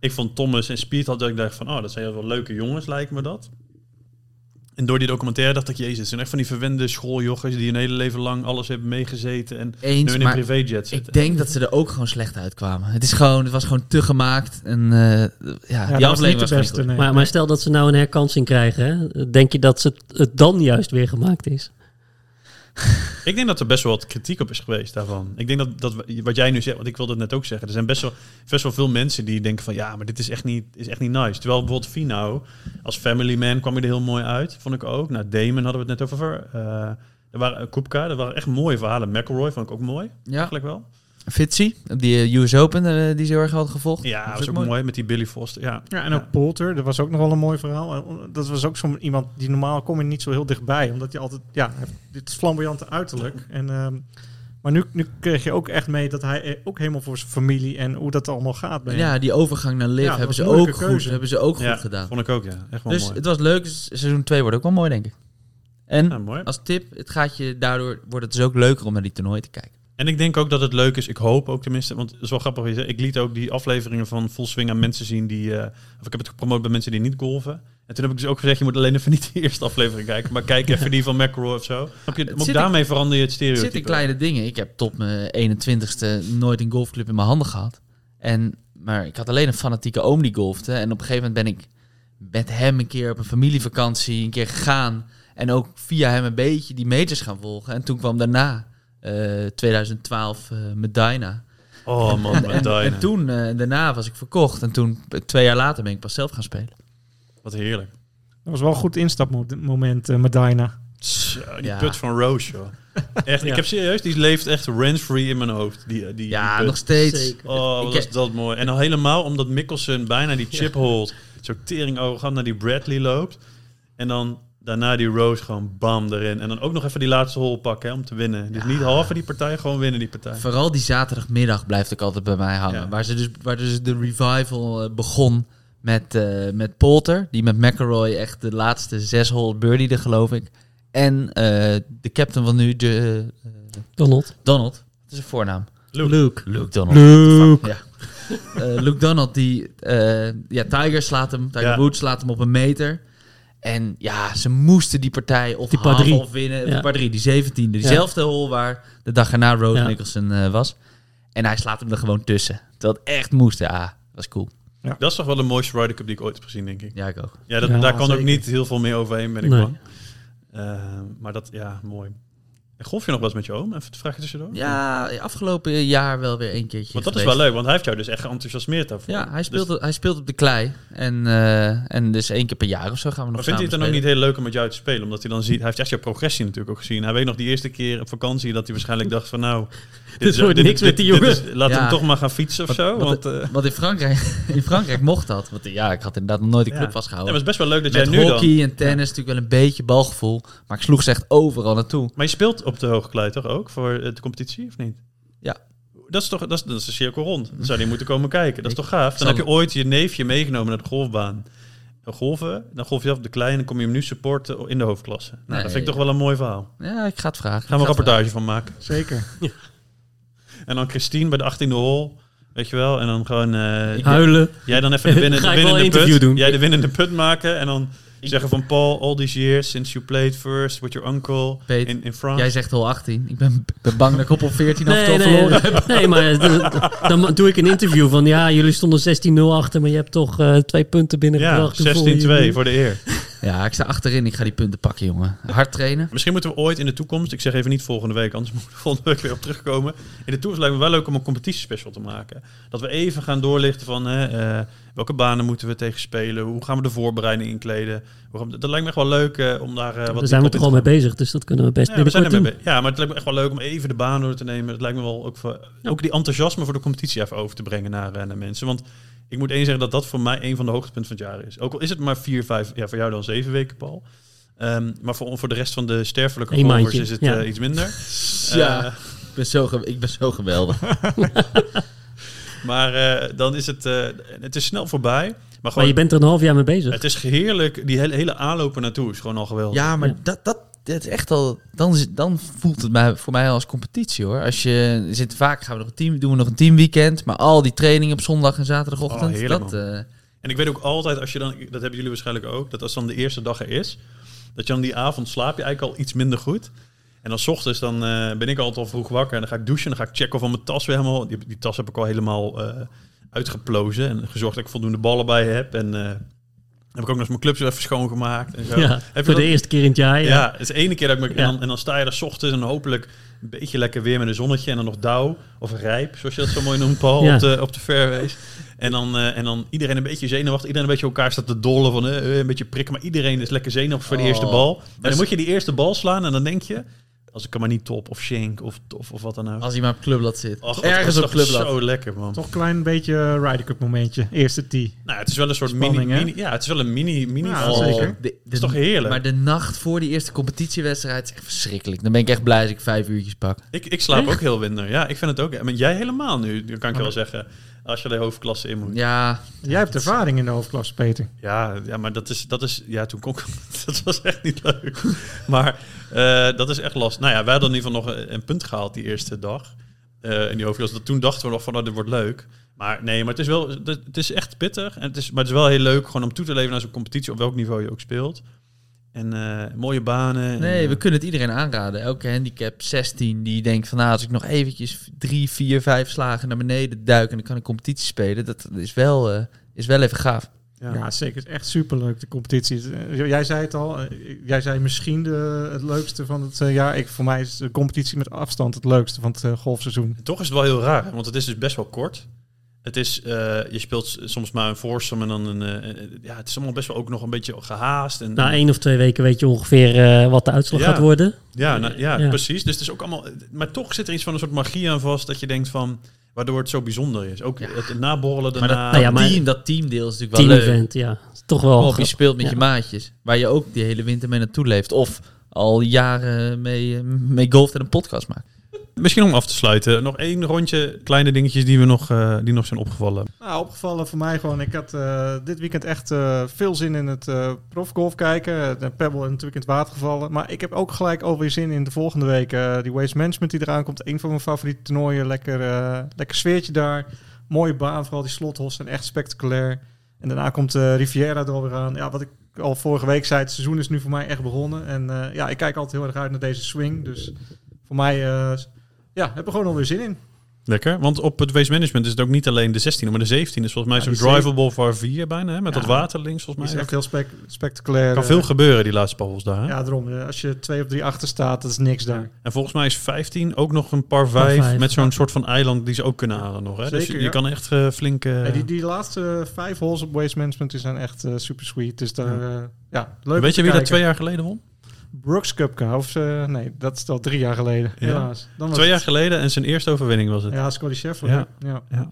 S1: Ik vond Thomas en Speed had dat ik dacht van, oh, dat zijn heel veel leuke jongens, lijkt me dat. En door die documentaire dacht ik, jezus, het zijn echt van die verwende schooljoggers die hun hele leven lang alles hebben meegezeten en
S3: Eens,
S1: nu in een
S3: maar
S1: privéjet zitten.
S3: ik denk dat ze er ook gewoon slecht uitkwamen. Het, is gewoon, het was gewoon te gemaakt. En eh, ja, die
S4: Ja, dat was niet
S3: aflevering
S4: de
S3: was, niet
S4: beste.
S3: goed.
S4: Nee.
S5: Maar, maar stel dat ze nou een herkansing krijgen, hè? denk je dat ze het- het dan juist weer gemaakt is?
S1: Ik denk dat er best wel wat kritiek op is geweest daarvan. Ik denk dat, dat wat jij nu zegt, want ik wilde het net ook zeggen. Er zijn best wel, best wel veel mensen die denken van ja, maar dit is echt niet, is echt niet nice. Terwijl bijvoorbeeld Fino, als family man kwam hij er heel mooi uit. Vond ik ook. Nou, Damon hadden we het net over. Eh er waren eh, Koepka, er waren echt mooie verhalen. McElroy vond ik ook mooi,
S3: Ja,
S1: eigenlijk wel.
S3: Fitzy, op die eh, US Open eh, die ze heel erg had gevolgd.
S1: Ja, was,
S3: is
S1: ook mooi. met die Billy Foster. Ja,
S4: Ja, en ook Polter, dat was ook nog wel een mooi verhaal. En Dat was ook zo iemand die normaal kom je niet zo heel dichtbij, omdat je altijd, ja, hij heeft dit flamboyante uiterlijk. En, ehm, maar nu, nu kreeg je ook echt mee dat hij eh, ook helemaal voor zijn familie en hoe dat allemaal gaat bij hem.
S3: Ja, die overgang naar Liv
S4: Ja, dat
S3: hebben,
S4: was
S3: ze
S4: een moeilijke
S3: ook goed,
S4: keuze.
S3: hebben ze ook
S1: Ja,
S3: goed gedaan.
S1: vond ik ook, ja. Echt wel
S3: Dus
S1: mooi.
S3: het was leuk. Dus Seizoen 2 wordt ook wel mooi, denk ik. En
S1: Ja, mooi.
S3: als tip, het gaat je, daardoor wordt het dus ook leuker om naar die toernooi te kijken.
S1: En ik denk ook dat het leuk is, ik hoop ook tenminste, want het is wel grappig, wat je zegt. ik liet ook die afleveringen van Full Swing aan mensen zien die, eh, of ik heb het gepromoot bij mensen die niet golven. En toen heb ik dus ook gezegd, je moet alleen even niet de eerste aflevering kijken, maar kijk even die van McElroy of zo. Snap je? Maar
S3: zit
S1: ook
S3: in-
S1: daarmee verander je het
S3: Er
S1: stereotype.
S3: zitten kleine dingen. Ik heb tot mijn 21ste nooit een golfclub in mijn handen gehad. En, maar ik had alleen een fanatieke oom die golfte. En op een gegeven moment ben ik met hem een keer op een familievakantie een keer gegaan. En ook via hem een beetje die majors gaan volgen. En toen kwam daarna eh, 2012 eh Medina.
S1: Oh man,
S3: En,
S1: met
S3: en
S1: Dyna.
S3: toen, eh, daarna was ik verkocht. En toen, eh, twee jaar later, ben ik pas zelf gaan spelen.
S1: Wat heerlijk.
S4: Dat was wel een goed instapmoment, eh Medina.
S1: Tja, die
S3: Ja.
S1: put van Roche, joh. Echt, ik heb serieus, die leeft echt rent-free in mijn hoofd. Die, die, die
S3: Ja,
S1: put.
S3: nog steeds.
S5: Zeker.
S1: Oh,
S3: Ik-
S1: wat is dat mooi. En al helemaal omdat Mikkelsen bijna die chip holt. Zo tering arrogant naar die Bradley loopt. En dan daarna die Rose gewoon bam erin. En dan ook nog even die laatste hol pakken hè, om te winnen. Dus niet halve die partij, gewoon winnen die partij.
S3: Vooral die zaterdagmiddag blijft ook altijd bij mij hangen.
S1: Ja.
S3: Waar, ze dus, waar dus de revival eh, begon met, eh, met Polter. Die met McElroy echt de laatste zes hole birdiede, geloof ik. En eh, de captain van nu, de, eh,
S5: Donald.
S3: Donald. Dat is een voornaam.
S1: Luke.
S3: Luke Donald.
S4: Leuk.
S3: Ja. Eh, Luke Donald, die... eh, ja, Tiger slaat hem. Tiger
S1: Ja.
S3: Woods slaat hem op een meter. En ja, ze moesten die partij of
S5: Die par
S3: halen
S5: drie.
S3: of winnen.
S5: Ja.
S3: Die par 3, die zeventiende. Diezelfde hole waar de dag erna Rose
S5: Ja.
S3: Nicholson eh, was. En hij slaat hem er gewoon tussen. Dat echt moest. Ja, was cool.
S1: Dat is toch wel de mooiste Ryder Cup die ik ooit heb gezien, denk ik.
S3: Ja, ik ook.
S1: Ja, dat,
S5: Ja,
S1: daar kan
S4: zeker.
S1: ook niet heel veel meer overheen, ben ik
S5: Nee.
S1: bang. Eh, maar dat, ja, mooi. En golf je nog wel eens met je oom? Even een vraagje tussendoor.
S3: Ja, afgelopen jaar wel weer een keertje
S1: Want dat is
S3: geweest.
S1: wel leuk, want hij heeft jou dus echt geenthousiasmeerd daarvoor.
S3: Ja, hij
S1: Dus-
S3: speelt, hij speelt op de klei. En, eh, en dus één keer per jaar of zo gaan we nog
S1: Maar vindt hij het dan ook
S3: samen
S1: niet heel leuk om met jou te spelen? Omdat hij dan ziet, hij heeft echt jouw progressie natuurlijk ook gezien. Hij weet nog die eerste keer op vakantie dat hij waarschijnlijk dacht van nou... Dit
S5: is wordt niks met die
S1: dit
S5: jongen.
S1: is- laat
S3: Ja.
S1: hem toch maar gaan fietsen of zo.
S3: wat- Oh.
S1: Want, eh,
S3: Want in Frankrijk, in Frankrijk mocht dat. Want ja, ik had inderdaad nog nooit de club
S1: Ja. ja, maar
S3: vastgehouden.
S1: het is best wel leuk dat
S3: Met
S1: jij nu
S3: hockey
S1: dan...
S3: en tennis natuurlijk wel een beetje balgevoel. Maar ik sloeg ze echt overal naartoe.
S1: Maar je speelt op de hoogklei toch ook voor eh, de competitie of niet?
S3: Ja.
S1: Dat is toch dat is, dat is de cirkel rond. Dan zou hij moeten komen kijken. Dat is toch gaaf? Dan
S3: zal-
S1: heb je ooit je neefje meegenomen naar de golfbaan. Dan golven, dan golf je af op de klei en dan kom je hem nu supporten in de hoofdklasse. Nou,
S3: Nee.
S1: dat vind ik toch wel een mooi verhaal.
S3: Ja, ik ga het vragen.
S1: Gaan we
S3: Ik
S1: een
S3: ga het
S1: rapportage
S3: vragen.
S1: van maken.
S4: Zeker.
S1: En dan Christine bij de 18e hol. Weet je wel? En dan gewoon... eh,
S5: Huilen.
S1: jij dan even de, winnen,
S5: Ga
S1: de
S5: ik wel
S1: winnende
S5: een interview
S1: put.
S5: doen.
S1: Jij de winnende put maken. En dan zeggen van Paul, all these years since you played first with your uncle
S3: Peet,
S1: in, in France.
S3: Jij zegt hol 18. Ik ben, ik ben bang dat ik op hol 14 af en toe
S5: Nee,
S3: al
S5: nee,
S3: verloren
S5: nee, nee, maar d- dan doe ik een interview van ja, jullie stonden 16-0 achter, maar je hebt toch eh, twee punten
S1: ja,
S5: binnengebracht. Hoe voel je je nu?
S1: 16-2 voor de eer.
S3: Ja, ik sta achterin. Ik ga die punten pakken, jongen. Hard trainen.
S1: Misschien moeten we ooit in de toekomst, ik zeg even niet volgende week, anders moet ik volgende week weer op terugkomen. In de toekomst lijkt me wel leuk om een competitiespecial te maken. Dat we even gaan doorlichten van hè, eh, welke banen moeten we tegen spelen, hoe gaan we de voorbereiding inkleden. Hoe gaan we- dat lijkt me echt wel leuk eh, om daar eh, wat
S5: Daar zijn we
S1: diep
S5: toch
S1: op
S5: al
S1: in te
S5: mee bezig, dus dat kunnen we best
S1: Ja, we zijn
S5: binnenkort
S1: ermee
S5: doen.
S1: be- ja, maar het lijkt me echt wel leuk om even de baan door te nemen. Het lijkt me wel ook, voor, ook die enthousiasme voor de competitie even over te brengen naar, eh, naar mensen. Want ik moet één zeggen dat dat voor mij een van de hoogtepunten van het jaar is. Ook al is het maar vier, vijf, ja, voor jou dan zeven weken, Paul. Ehm, maar voor, voor de rest van de sterfelijke
S5: Eén
S1: golfers
S5: maandje,
S1: is het
S5: ja.
S1: eh, iets minder.
S3: Ja,
S1: Eh,
S3: ik ben zo, ge- ik ben zo geweldig.
S1: maar eh, dan is het, eh, het is snel voorbij. Maar
S5: Maar
S1: gewoon,
S5: je bent er een half jaar mee bezig.
S1: het is heerlijk. Die hele, hele aanloop naartoe is gewoon al geweldig.
S3: Ja, maar
S5: Ja.
S3: dat, dat, dat is echt al. Dan, is- dan voelt het mij, voor mij als competitie hoor. Als je er zit, vaak gaan we nog een team, doen we nog een teamweekend. Maar al die trainingen op zondag en
S1: Oh,
S3: zaterdagochtend.
S1: heerlijk,
S3: dat, eh,
S1: En ik weet ook altijd, als je dan, dat hebben jullie waarschijnlijk ook, dat als dan de eerste dag er is, dat je dan die avond slaap je eigenlijk al iets minder goed. En dan 's ochtends dan eh, ben ik altijd al vroeg wakker en dan ga ik douchen en dan ga ik checken of al mijn tas weer helemaal, die, die tas heb ik al helemaal eh, uitgeplozen en gezorgd dat ik voldoende ballen bij heb. En eh, heb ik ook nog eens mijn clubs weer even schoongemaakt en zo.
S5: ja,
S1: Heb je
S5: voor
S1: dat-
S5: de eerste keer in het jaar. Ja.
S1: ja, het is de ene keer dat ik me... En,
S5: Ja.
S1: dan, en dan sta je er 's ochtends en hopelijk een beetje lekker weer met een zonnetje en dan nog dauw of rijp, zoals je dat zo mooi noemt, Paul,
S5: Ja.
S1: op, de, op de fairways. En dan, eh, en dan iedereen een beetje zenuwachtig, iedereen een beetje elkaar staat te dollen van eh, eh, een beetje prikken, maar iedereen is lekker zenuwachtig voor de
S3: Oh.
S1: eerste bal. En
S3: Dat
S1: dan
S3: is-
S1: moet je die eerste bal slaan en dan denk je, als ik hem maar niet top of shank of of, of wat dan ook.
S3: eh, als hij maar op clubblad zit.
S1: Och, dat
S3: Ergens
S1: is
S3: op
S1: toch
S3: clubblad.
S1: Zo lekker, man.
S4: Toch een klein beetje eh, Ryder Cup momentje. Eerste tee.
S1: Nou, het is wel een soort mini,
S4: Spanning, hè?
S1: mini... Ja, het is wel een mini... mini
S4: Ja,
S1: val.
S4: zeker.
S1: Het
S3: De- de-
S1: is toch heerlijk?
S3: Maar de nacht voor die eerste competitiewedstrijd is echt verschrikkelijk. Dan ben ik echt blij als ik vijf uurtjes pak.
S1: Ik, ik slaap ook heel minder. Ja, ik vind het ook. Maar jij helemaal nu, dat kan ik je wel zeggen. Als je de hoofdklasse in moet.
S3: Oh. Ja,
S4: Jij hebt ervaring in de hoofdklasse, Peter.
S1: Ja, ja maar dat is, dat is... Ja, toen kon ik... Dat was echt niet leuk. Maar eh, dat is echt last. Nou ja, wij hadden in ieder geval nog een, een punt gehaald die eerste dag. eh in die hoofdklasse. Dat, toen dachten we nog van, oh, dit wordt leuk. Maar nee, maar het is wel... dat- Het is echt pittig. En het is, maar het is wel heel leuk gewoon om toe te leven naar zo'n competitie. Op welk niveau je ook speelt. En eh, mooie banen. en,
S3: nee, we
S1: eh,
S3: kunnen het iedereen aanraden. Elke handicap 16 die denkt van nou, als ik nog eventjes drie, vier, vijf slagen naar beneden duik en dan kan ik competitie spelen. Dat is wel, eh, is wel even gaaf.
S1: Ja.
S4: Ja, zeker. Het is echt superleuk, de competitie. Eh, Jij zei het al, eh, jij zei misschien de, het leukste van het eh, jaar. Ik, voor mij is de competitie met afstand het leukste van het eh, golfseizoen.
S1: En toch is het wel heel raar, hè, want het is dus best wel kort. Het is, eh, je speelt s- soms maar een foursome en dan een... eh, eh, ja, het is allemaal best wel ook nog een beetje gehaast. En,
S5: Na één of twee weken weet je ongeveer eh, wat de uitslag
S1: Ja.
S5: gaat worden.
S1: Ja, nou, ja,
S5: Ja.
S1: precies. Dus het is ook allemaal. Maar toch zit er iets van een soort magie aan vast dat je denkt van. Waardoor het zo bijzonder is. Ook
S3: Ja.
S1: het naborrelen
S3: Maar dat,
S1: daarna.
S5: nou ja, maar-
S3: team, dat teamdeel is natuurlijk wel leuk.
S5: Team-event, ja. Is Toch wel.
S1: Oh,
S3: Of je
S5: grappig.
S3: speelt met
S5: Ja.
S3: je maatjes, waar je ook die hele winter mee naartoe leeft. Of al jaren mee, eh, mee golft en een podcast maakt.
S1: Misschien om af te sluiten. Nog één rondje kleine dingetjes die, we nog, eh, die nog zijn opgevallen.
S4: Nou, opgevallen voor mij gewoon. Ik had eh, dit weekend echt eh, veel zin in het eh, profgolf kijken. Eh, De Pebble en natuurlijk in het water gevallen. Maar ik heb ook gelijk alweer zin in de volgende week. eh, die Waste Management die eraan komt. Een van mijn favoriete toernooien. Lekker, eh, lekker sfeertje daar. Mooie baan, vooral die slothols zijn echt spectaculair. En daarna komt eh, Riviera er alweer aan. Ja, wat ik al vorige week zei, het seizoen is nu voor mij echt begonnen. En eh, ja, ik kijk altijd heel erg uit naar deze swing. Dus voor mij, eh, ja, heb er gewoon alweer zin in.
S1: Lekker. Want op het waste management is het ook niet alleen de 16e, maar de 17e is volgens mij
S4: Ja, die
S1: zo'n drivable var 4 bijna. Hè, met
S4: Ja.
S1: dat water links
S4: Het
S1: volgens
S4: is
S1: mij.
S4: echt
S1: Er
S4: heel spec- spectaculair.
S1: kan
S4: eh,
S1: veel gebeuren die laatste paddels daar. hè?
S4: Ja, daarom. Eh, Als je twee of drie achter staat, dat is niks daar.
S1: En volgens mij is 15 ook nog een par
S5: vijf,
S1: 5 met zo'n soort van eiland die ze ook kunnen halen nog. Hè? dus
S4: Zeker,
S1: je
S4: ja.
S1: kan echt eh, flink... eh,
S4: Eh, die, die laatste vijf holes op Waste Management die zijn echt eh, super sweet. Dus daar, ja. ja, leuk.
S1: Weet je
S4: om
S1: wie
S4: te
S1: dat twee
S4: kijken.
S1: jaar geleden won?
S4: Brooks Cupka, of eh, nee, dat is al drie jaar geleden.
S1: Ja.
S4: Helaas. Dan was
S1: Twee jaar
S4: het-
S1: geleden en zijn eerste overwinning was het.
S4: Ja, Scotty Scheffler.
S1: Ja.
S4: Ja, ja.
S1: Ja.
S4: ja.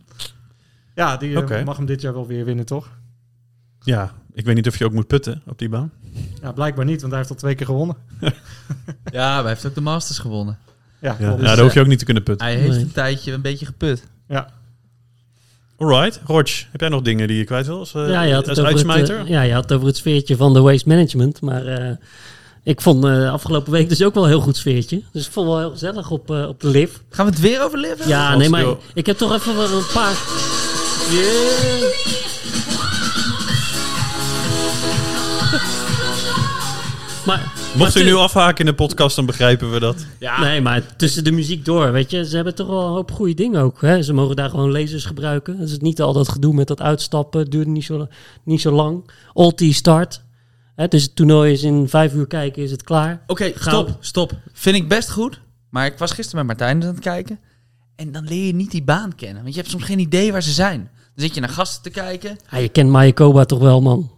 S4: die eh,
S1: Oké.
S4: mag hem dit jaar wel weer winnen, toch?
S1: Ja, ik weet niet of je ook moet putten op die baan.
S4: Ja, blijkbaar niet, want hij heeft al twee keer gewonnen.
S3: Ja, maar hij heeft ook de Masters gewonnen.
S4: Ja,
S1: Ja,
S4: klopt.
S1: ja daar hoef je ook niet te kunnen putten.
S3: Hij heeft
S5: Nee.
S3: een tijdje een beetje geput.
S4: ja.
S1: Alright, Roch, heb jij nog dingen die je kwijt wil als, eh,
S5: ja, je had
S1: als
S5: het over het,
S1: uitsmijter?
S5: eh, ja, je had het over het sfeertje van de waste management. Maar eh, ik vond eh, afgelopen week dus ook wel een heel goed sfeertje. Dus ik vond het wel heel gezellig op, eh, op de lift.
S3: Gaan we het weer overleven?
S5: Ja,
S1: Als
S5: nee, maar
S1: wil-
S5: ik heb toch even wel een paar... Maar,
S1: Mocht u
S5: maar
S1: nu afhaken in de podcast, dan begrijpen we dat.
S5: Nee, maar tussen de muziek door, weet je. Ze hebben toch wel een hoop goede dingen ook. Hè? Ze mogen daar gewoon lasers gebruiken. Dus het niet al dat gedoe met dat uitstappen. Het duurde niet zo, niet zo lang. Ulti start. Hè? Dus het toernooi is in vijf uur kijken, is het klaar.
S3: Oké,
S5: Gaan
S3: stop, stop. Vind ik best goed. Maar ik was gisteren met Martijn aan het kijken. En dan leer je niet die baan kennen. Want je hebt soms geen idee waar ze zijn. Dan zit je naar gasten te kijken.
S5: Ja, je kent Mayakoba toch wel, man.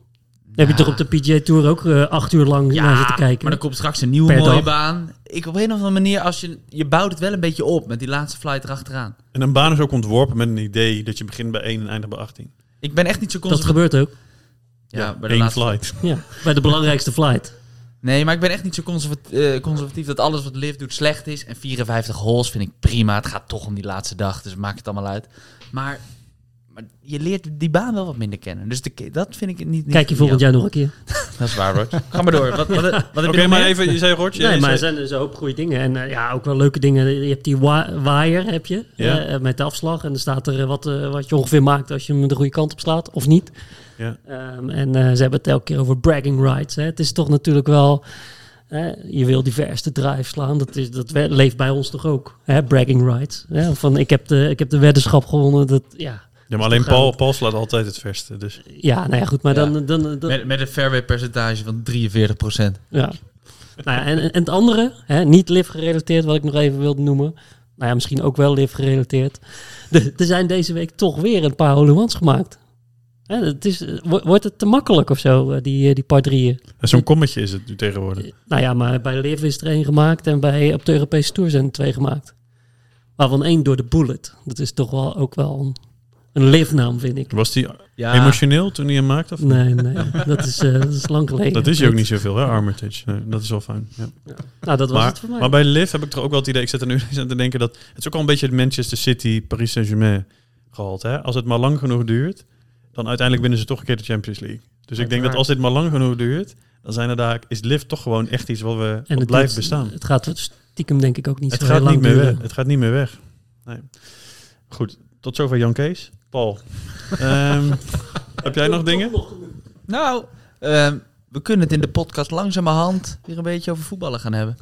S5: Heb je toch op de PGA Tour ook eh, acht uur lang naar zitten kijken?
S3: maar dan komt straks een nieuwe
S5: Per
S3: mooie
S5: dag.
S3: baan. Ik op een of andere manier, als je, je bouwt het wel een beetje op met die laatste flight erachteraan.
S1: En een baan is ook ontworpen met een idee dat je begint bij 1 en eindigt bij 18.
S3: Ik ben echt niet zo
S5: dat
S3: conservatief.
S5: gebeurt ook.
S3: Ja, bij de
S1: Eén
S3: laatste
S1: flight.
S5: Ja, bij de belangrijkste flight.
S3: Nee, maar ik ben echt niet zo conservat- eh, conservatief dat alles wat Liv doet slecht is. En 54 holes vind ik prima. Het gaat toch om die laatste dag, dus maakt het allemaal uit. Maar, maar je leert die baan wel wat minder kennen. Dus de, ke- dat vind ik niet... niet
S5: Kijk je volgend
S3: niet
S5: jaar nog een keer.
S3: jammer. Dat is waar, hoor. Ga maar door. Wat, wat, wat heb je
S1: Oké,
S3: nog
S1: maar
S3: meer?
S1: even, je zei Roch. jij
S5: Nee, maar er
S1: zei-
S5: zijn dus een hoop goede dingen. En eh, ja, ook wel leuke dingen. Je hebt die wa- waaier, heb je,
S1: Ja.
S5: eh, met de afslag. En dan staat er eh, wat, eh, wat je ongeveer maakt als je hem de goede kant op slaat, of niet.
S1: Ja.
S5: Ehm, en eh, ze hebben het elke keer over bragging rights. Hè. Het is toch natuurlijk wel... hè, je wil die verste drive slaan. Dat, is, dat we- leeft bij ons toch ook, hè, bragging rights. Hè. Van, ik heb, de, ik heb de weddenschap gewonnen. Dat, ja.
S1: ja, maar alleen
S5: we gaan-
S1: Paul, Paul slaat altijd het verste. Dus.
S5: ja, nou ja, goed. Maar
S3: Ja.
S5: dan... dan, dan
S3: Met, met een fairway percentage van 43
S5: Ja. nou ja, en, en het andere, hè, niet liv gerelateerd, wat ik nog even wilde noemen. Nou ja, misschien ook wel liv gerelateerd. De- er zijn deze week toch weer een paar hole gemaakt. Hè, het is, eh, wo- wordt het te makkelijk of zo, eh, die, eh, die par drieën?
S1: En Zo'n kommetje is het nu tegenwoordig.
S5: Nou ja, maar bij liv is er één gemaakt en bij, op de Europese Tour zijn er twee gemaakt. Waarvan één door de bullet. Dat is toch wel, ook wel een, een liv-naam, vind ik.
S1: Was die
S5: Ah.
S3: Ja.
S1: emotioneel toen hij hem maakte? Of?
S5: Nee, nee, dat is, eh, dat is lang geleden.
S1: Dat is je ook niet zoveel, hè, Armitage. Nee, dat is wel fijn. Ja.
S5: Nou, dat was
S1: Maar,
S5: het voor mij.
S1: maar bij Liv heb ik toch ook wel het idee, ik zit er nu eens aan te denken dat het is ook al een beetje het Manchester City, Paris Saint-Germain gehaald. Hè? Als het maar lang genoeg duurt, dan uiteindelijk winnen ze toch een keer de Champions League. Dus ik denk dat
S4: Uiteraard.
S1: als dit maar lang genoeg duurt, dan zijn er daar, is Liv toch gewoon echt iets wat we
S5: En
S1: wat
S5: het
S1: blijft
S5: doet-
S1: bestaan.
S5: Het gaat stiekem denk ik ook niet
S1: Het
S5: zo heel
S1: gaat
S5: lang
S1: niet meer
S5: duren.
S1: weg. Het gaat niet meer weg. Nee. Goed, tot zover Jan Kees. Paul, ehm, heb jij nog dingen?
S3: Nou, ehm, we kunnen het in de podcast langzamerhand weer een beetje over voetballen gaan hebben.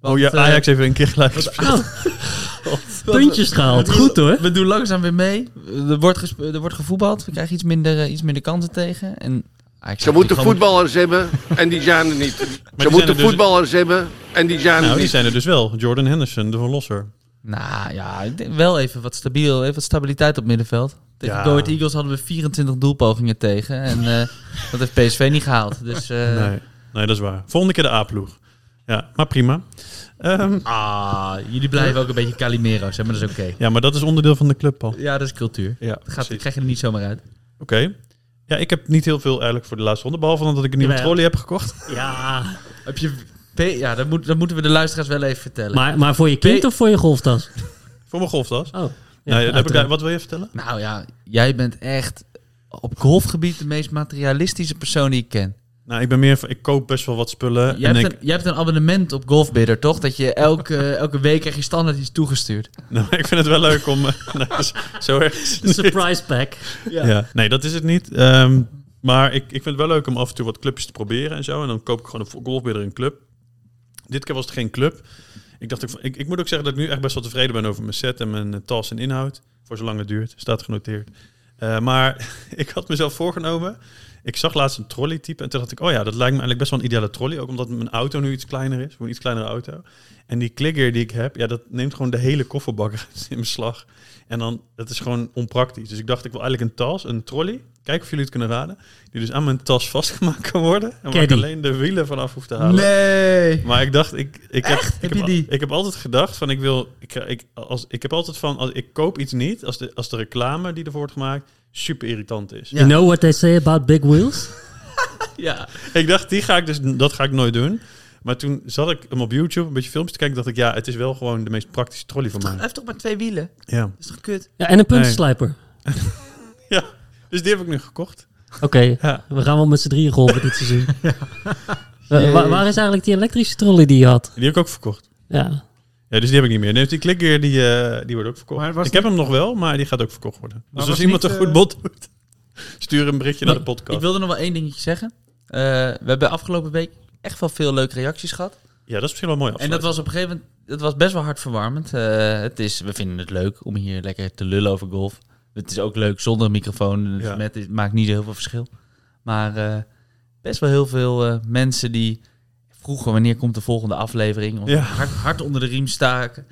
S1: oh ja,
S3: Want, eh,
S1: Ajax heeft weer een keer gelijk
S3: want-
S1: gespeeld.
S5: Puntjes gehaald. Goed hoor.
S3: We doen langzaam weer mee. Er wordt, gesp- er wordt gevoetbald. We krijgen iets minder, eh, iets minder kansen tegen. En, ah, ik
S6: Ze
S3: zeg,
S6: moeten
S3: die gewoon-
S6: voetballers hebben en die zijn er niet.
S1: zijn
S6: Ze
S1: er
S6: moeten
S1: dus-
S6: voetballers hebben en die zijn er
S1: Nou, die
S6: niet.
S1: zijn er dus wel. Jordan Henderson, de verlosser.
S3: Nou ja, ik denk wel even wat stabiel. Even wat stabiliteit op middenveld. Tegen
S1: Ja.
S3: Go Ahead Eagles hadden we 24 doelpogingen tegen. En eh, dat heeft PSV niet gehaald. Dus eh,
S1: Nee. nee, dat is waar. Volgende keer de A-ploeg. Ja, maar prima. Ehm,
S3: ah, jullie blijven ook een beetje Calimero's. Hè, maar dat is oké.
S1: ja, maar dat is onderdeel van de club al.
S3: Ja, dat is cultuur.
S1: Ja,
S3: Dat gaat, dat krijg je er niet zomaar uit.
S1: Oké. Ja, ik heb niet heel veel eigenlijk voor de laatste ronde. Behalve dat ik een nieuwe
S5: Jawel.
S1: trolley heb gekocht.
S5: Ja,
S3: Heb je... P- Ja, dat, moet, dat moeten we de luisteraars wel even vertellen.
S5: maar, maar voor je kind
S3: Pe-
S5: of voor je golftas?
S1: Voor mijn golftas.
S5: Oh,
S1: Nee, dat heb ik, daar-
S5: uiteraard.
S1: wat wil je vertellen?
S3: Nou ja, jij bent echt op golfgebied de meest materialistische persoon die ik ken.
S1: Nou, ik ben meer van... Ik koop best wel wat spullen.
S3: Jij
S1: en
S3: hebt,
S1: ik,
S3: een, jij hebt een abonnement op Golfbidder, toch? Dat je elke, elke week krijg je standaard iets toegestuurd.
S1: nou, ik vind het wel leuk om... eh, nou, dat is- zo erg is het
S5: De surprise pack.
S1: Ja. Nee, dat is het niet. Ehm, maar ik, ik vind het wel leuk om af en toe wat clubjes te proberen en zo. En dan koop ik gewoon een golfbidder een club. Dit keer was het geen club. Ik, dacht, ik, van- ik, ik moet ook zeggen dat ik nu echt best wel tevreden ben over mijn set en mijn eh, tas en inhoud. Voor zolang het duurt, staat genoteerd. Eh, maar ik had mezelf voorgenomen. Ik zag laatst een trolley type en toen dacht ik, oh ja, dat lijkt me eigenlijk best wel een ideale trolley. Ook omdat mijn auto nu iets kleiner is, voor een iets kleinere auto. En die kligger die ik heb, ja, dat neemt gewoon de hele kofferbak in beslag. En dan, dat is gewoon onpraktisch. Dus ik dacht, ik wil eigenlijk een tas, een trolley. Kijk of jullie het kunnen raden. Die dus aan mijn tas vastgemaakt kan worden. En waar ik
S5: Caddy.
S1: alleen de wielen vanaf hoef te halen.
S3: Nee!
S1: Maar ik dacht, ik, ik, heb, ik,
S3: Heb
S1: heb,
S3: je die?
S1: al- ik heb altijd gedacht van ik wil. Ik, ik, als, ik heb altijd van als ik koop iets niet, als de, als de reclame die ervoor wordt gemaakt super irritant is.
S3: Ja.
S5: You know what they say about big wheels?
S3: Ja.
S1: Ik dacht, die ga ik dus, dat ga ik nooit doen. Maar toen zat ik hem op YouTube een beetje films te kijken, dacht ik, ja, het is wel gewoon de meest praktische trolley van
S3: Hij
S1: mij.
S3: heeft toch maar twee wielen? Dat
S1: Ja.
S3: is toch kut?
S5: Ja, en een puntenslijper.
S1: ja. Dus die heb ik nu gekocht.
S5: Oké,
S1: Ja.
S5: we gaan wel met z'n drieën golven dit seizoen. Eh, waar, waar is eigenlijk die elektrische trolley die je had?
S1: Die heb ik ook verkocht.
S5: Ja.
S1: Ja, dus die heb ik niet meer. Dus die klikkeer, die, eh, die wordt ook verkocht.
S4: Maar
S1: Ik
S4: was
S1: heb hem nog wel, maar die gaat ook verkocht worden. Dus
S4: was
S1: als iemand
S4: niet,
S1: een
S4: eh,
S1: goed bod doet, stuur een berichtje naar de
S3: Ik
S1: podcast.
S3: wilde nog wel één dingetje zeggen. Eh, we hebben afgelopen week echt wel veel leuke reacties gehad.
S1: Ja, dat is misschien wel mooi
S3: En dat was op een gegeven moment dat was best wel hartverwarmend. Eh, het is, we vinden het leuk om hier lekker te lullen over golf. Het is ook leuk zonder een microfoon. Dus
S1: Ja.
S3: met, het maakt niet zo heel veel verschil. Maar eh, best wel heel veel eh, mensen die vroegen wanneer komt de volgende aflevering. Ons
S1: Ja.
S3: hard, hard onder de riem staken.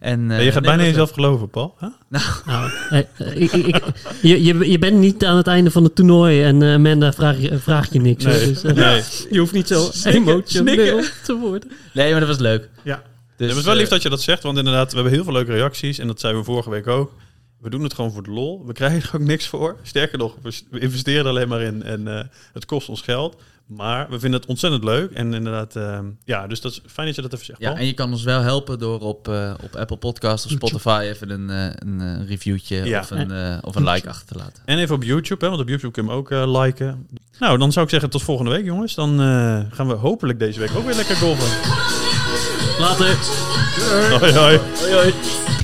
S3: En, eh,
S1: Ja, je gaat
S3: nee,
S1: bijna in
S3: dat-
S1: jezelf geloven, Paul. hè?
S5: Nou, eh, eh, ik, ik- ik- je, je, je bent niet aan het einde van het toernooi en eh, Amanda vraagt je- vraagt je niks. hoor.
S1: Nee.
S5: Dus, eh,
S1: Nee.
S5: Je hoeft niet zo emotioneel te worden.
S3: Nee, maar dat was leuk.
S4: Ja.
S3: Dus,
S1: het is wel lief
S3: eh,
S1: dat je dat zegt, want inderdaad, we hebben heel veel leuke reacties. En dat zeiden we vorige week ook. We doen het gewoon voor de lol. We krijgen er ook niks voor. Sterker nog, we s- we investeren er alleen maar in. En eh, het kost ons geld. Maar we vinden het ontzettend leuk. En inderdaad, eh, ja, dus dat is fijn dat je dat even zegt.
S3: ja,
S1: Paul.
S3: en je kan ons wel helpen door op, eh, op Apple Podcast of Spotify even een, eh, een eh, reviewtje
S1: Ja.
S3: of, een, eh, of een like achter te laten.
S1: En even op YouTube, hè, want op YouTube kun je hem ook eh, liken. Nou, dan zou ik zeggen tot volgende week, jongens. Dan eh, gaan we hopelijk deze week ook weer lekker golven.
S5: Later.
S1: Hoi, hoi.
S7: Thank you.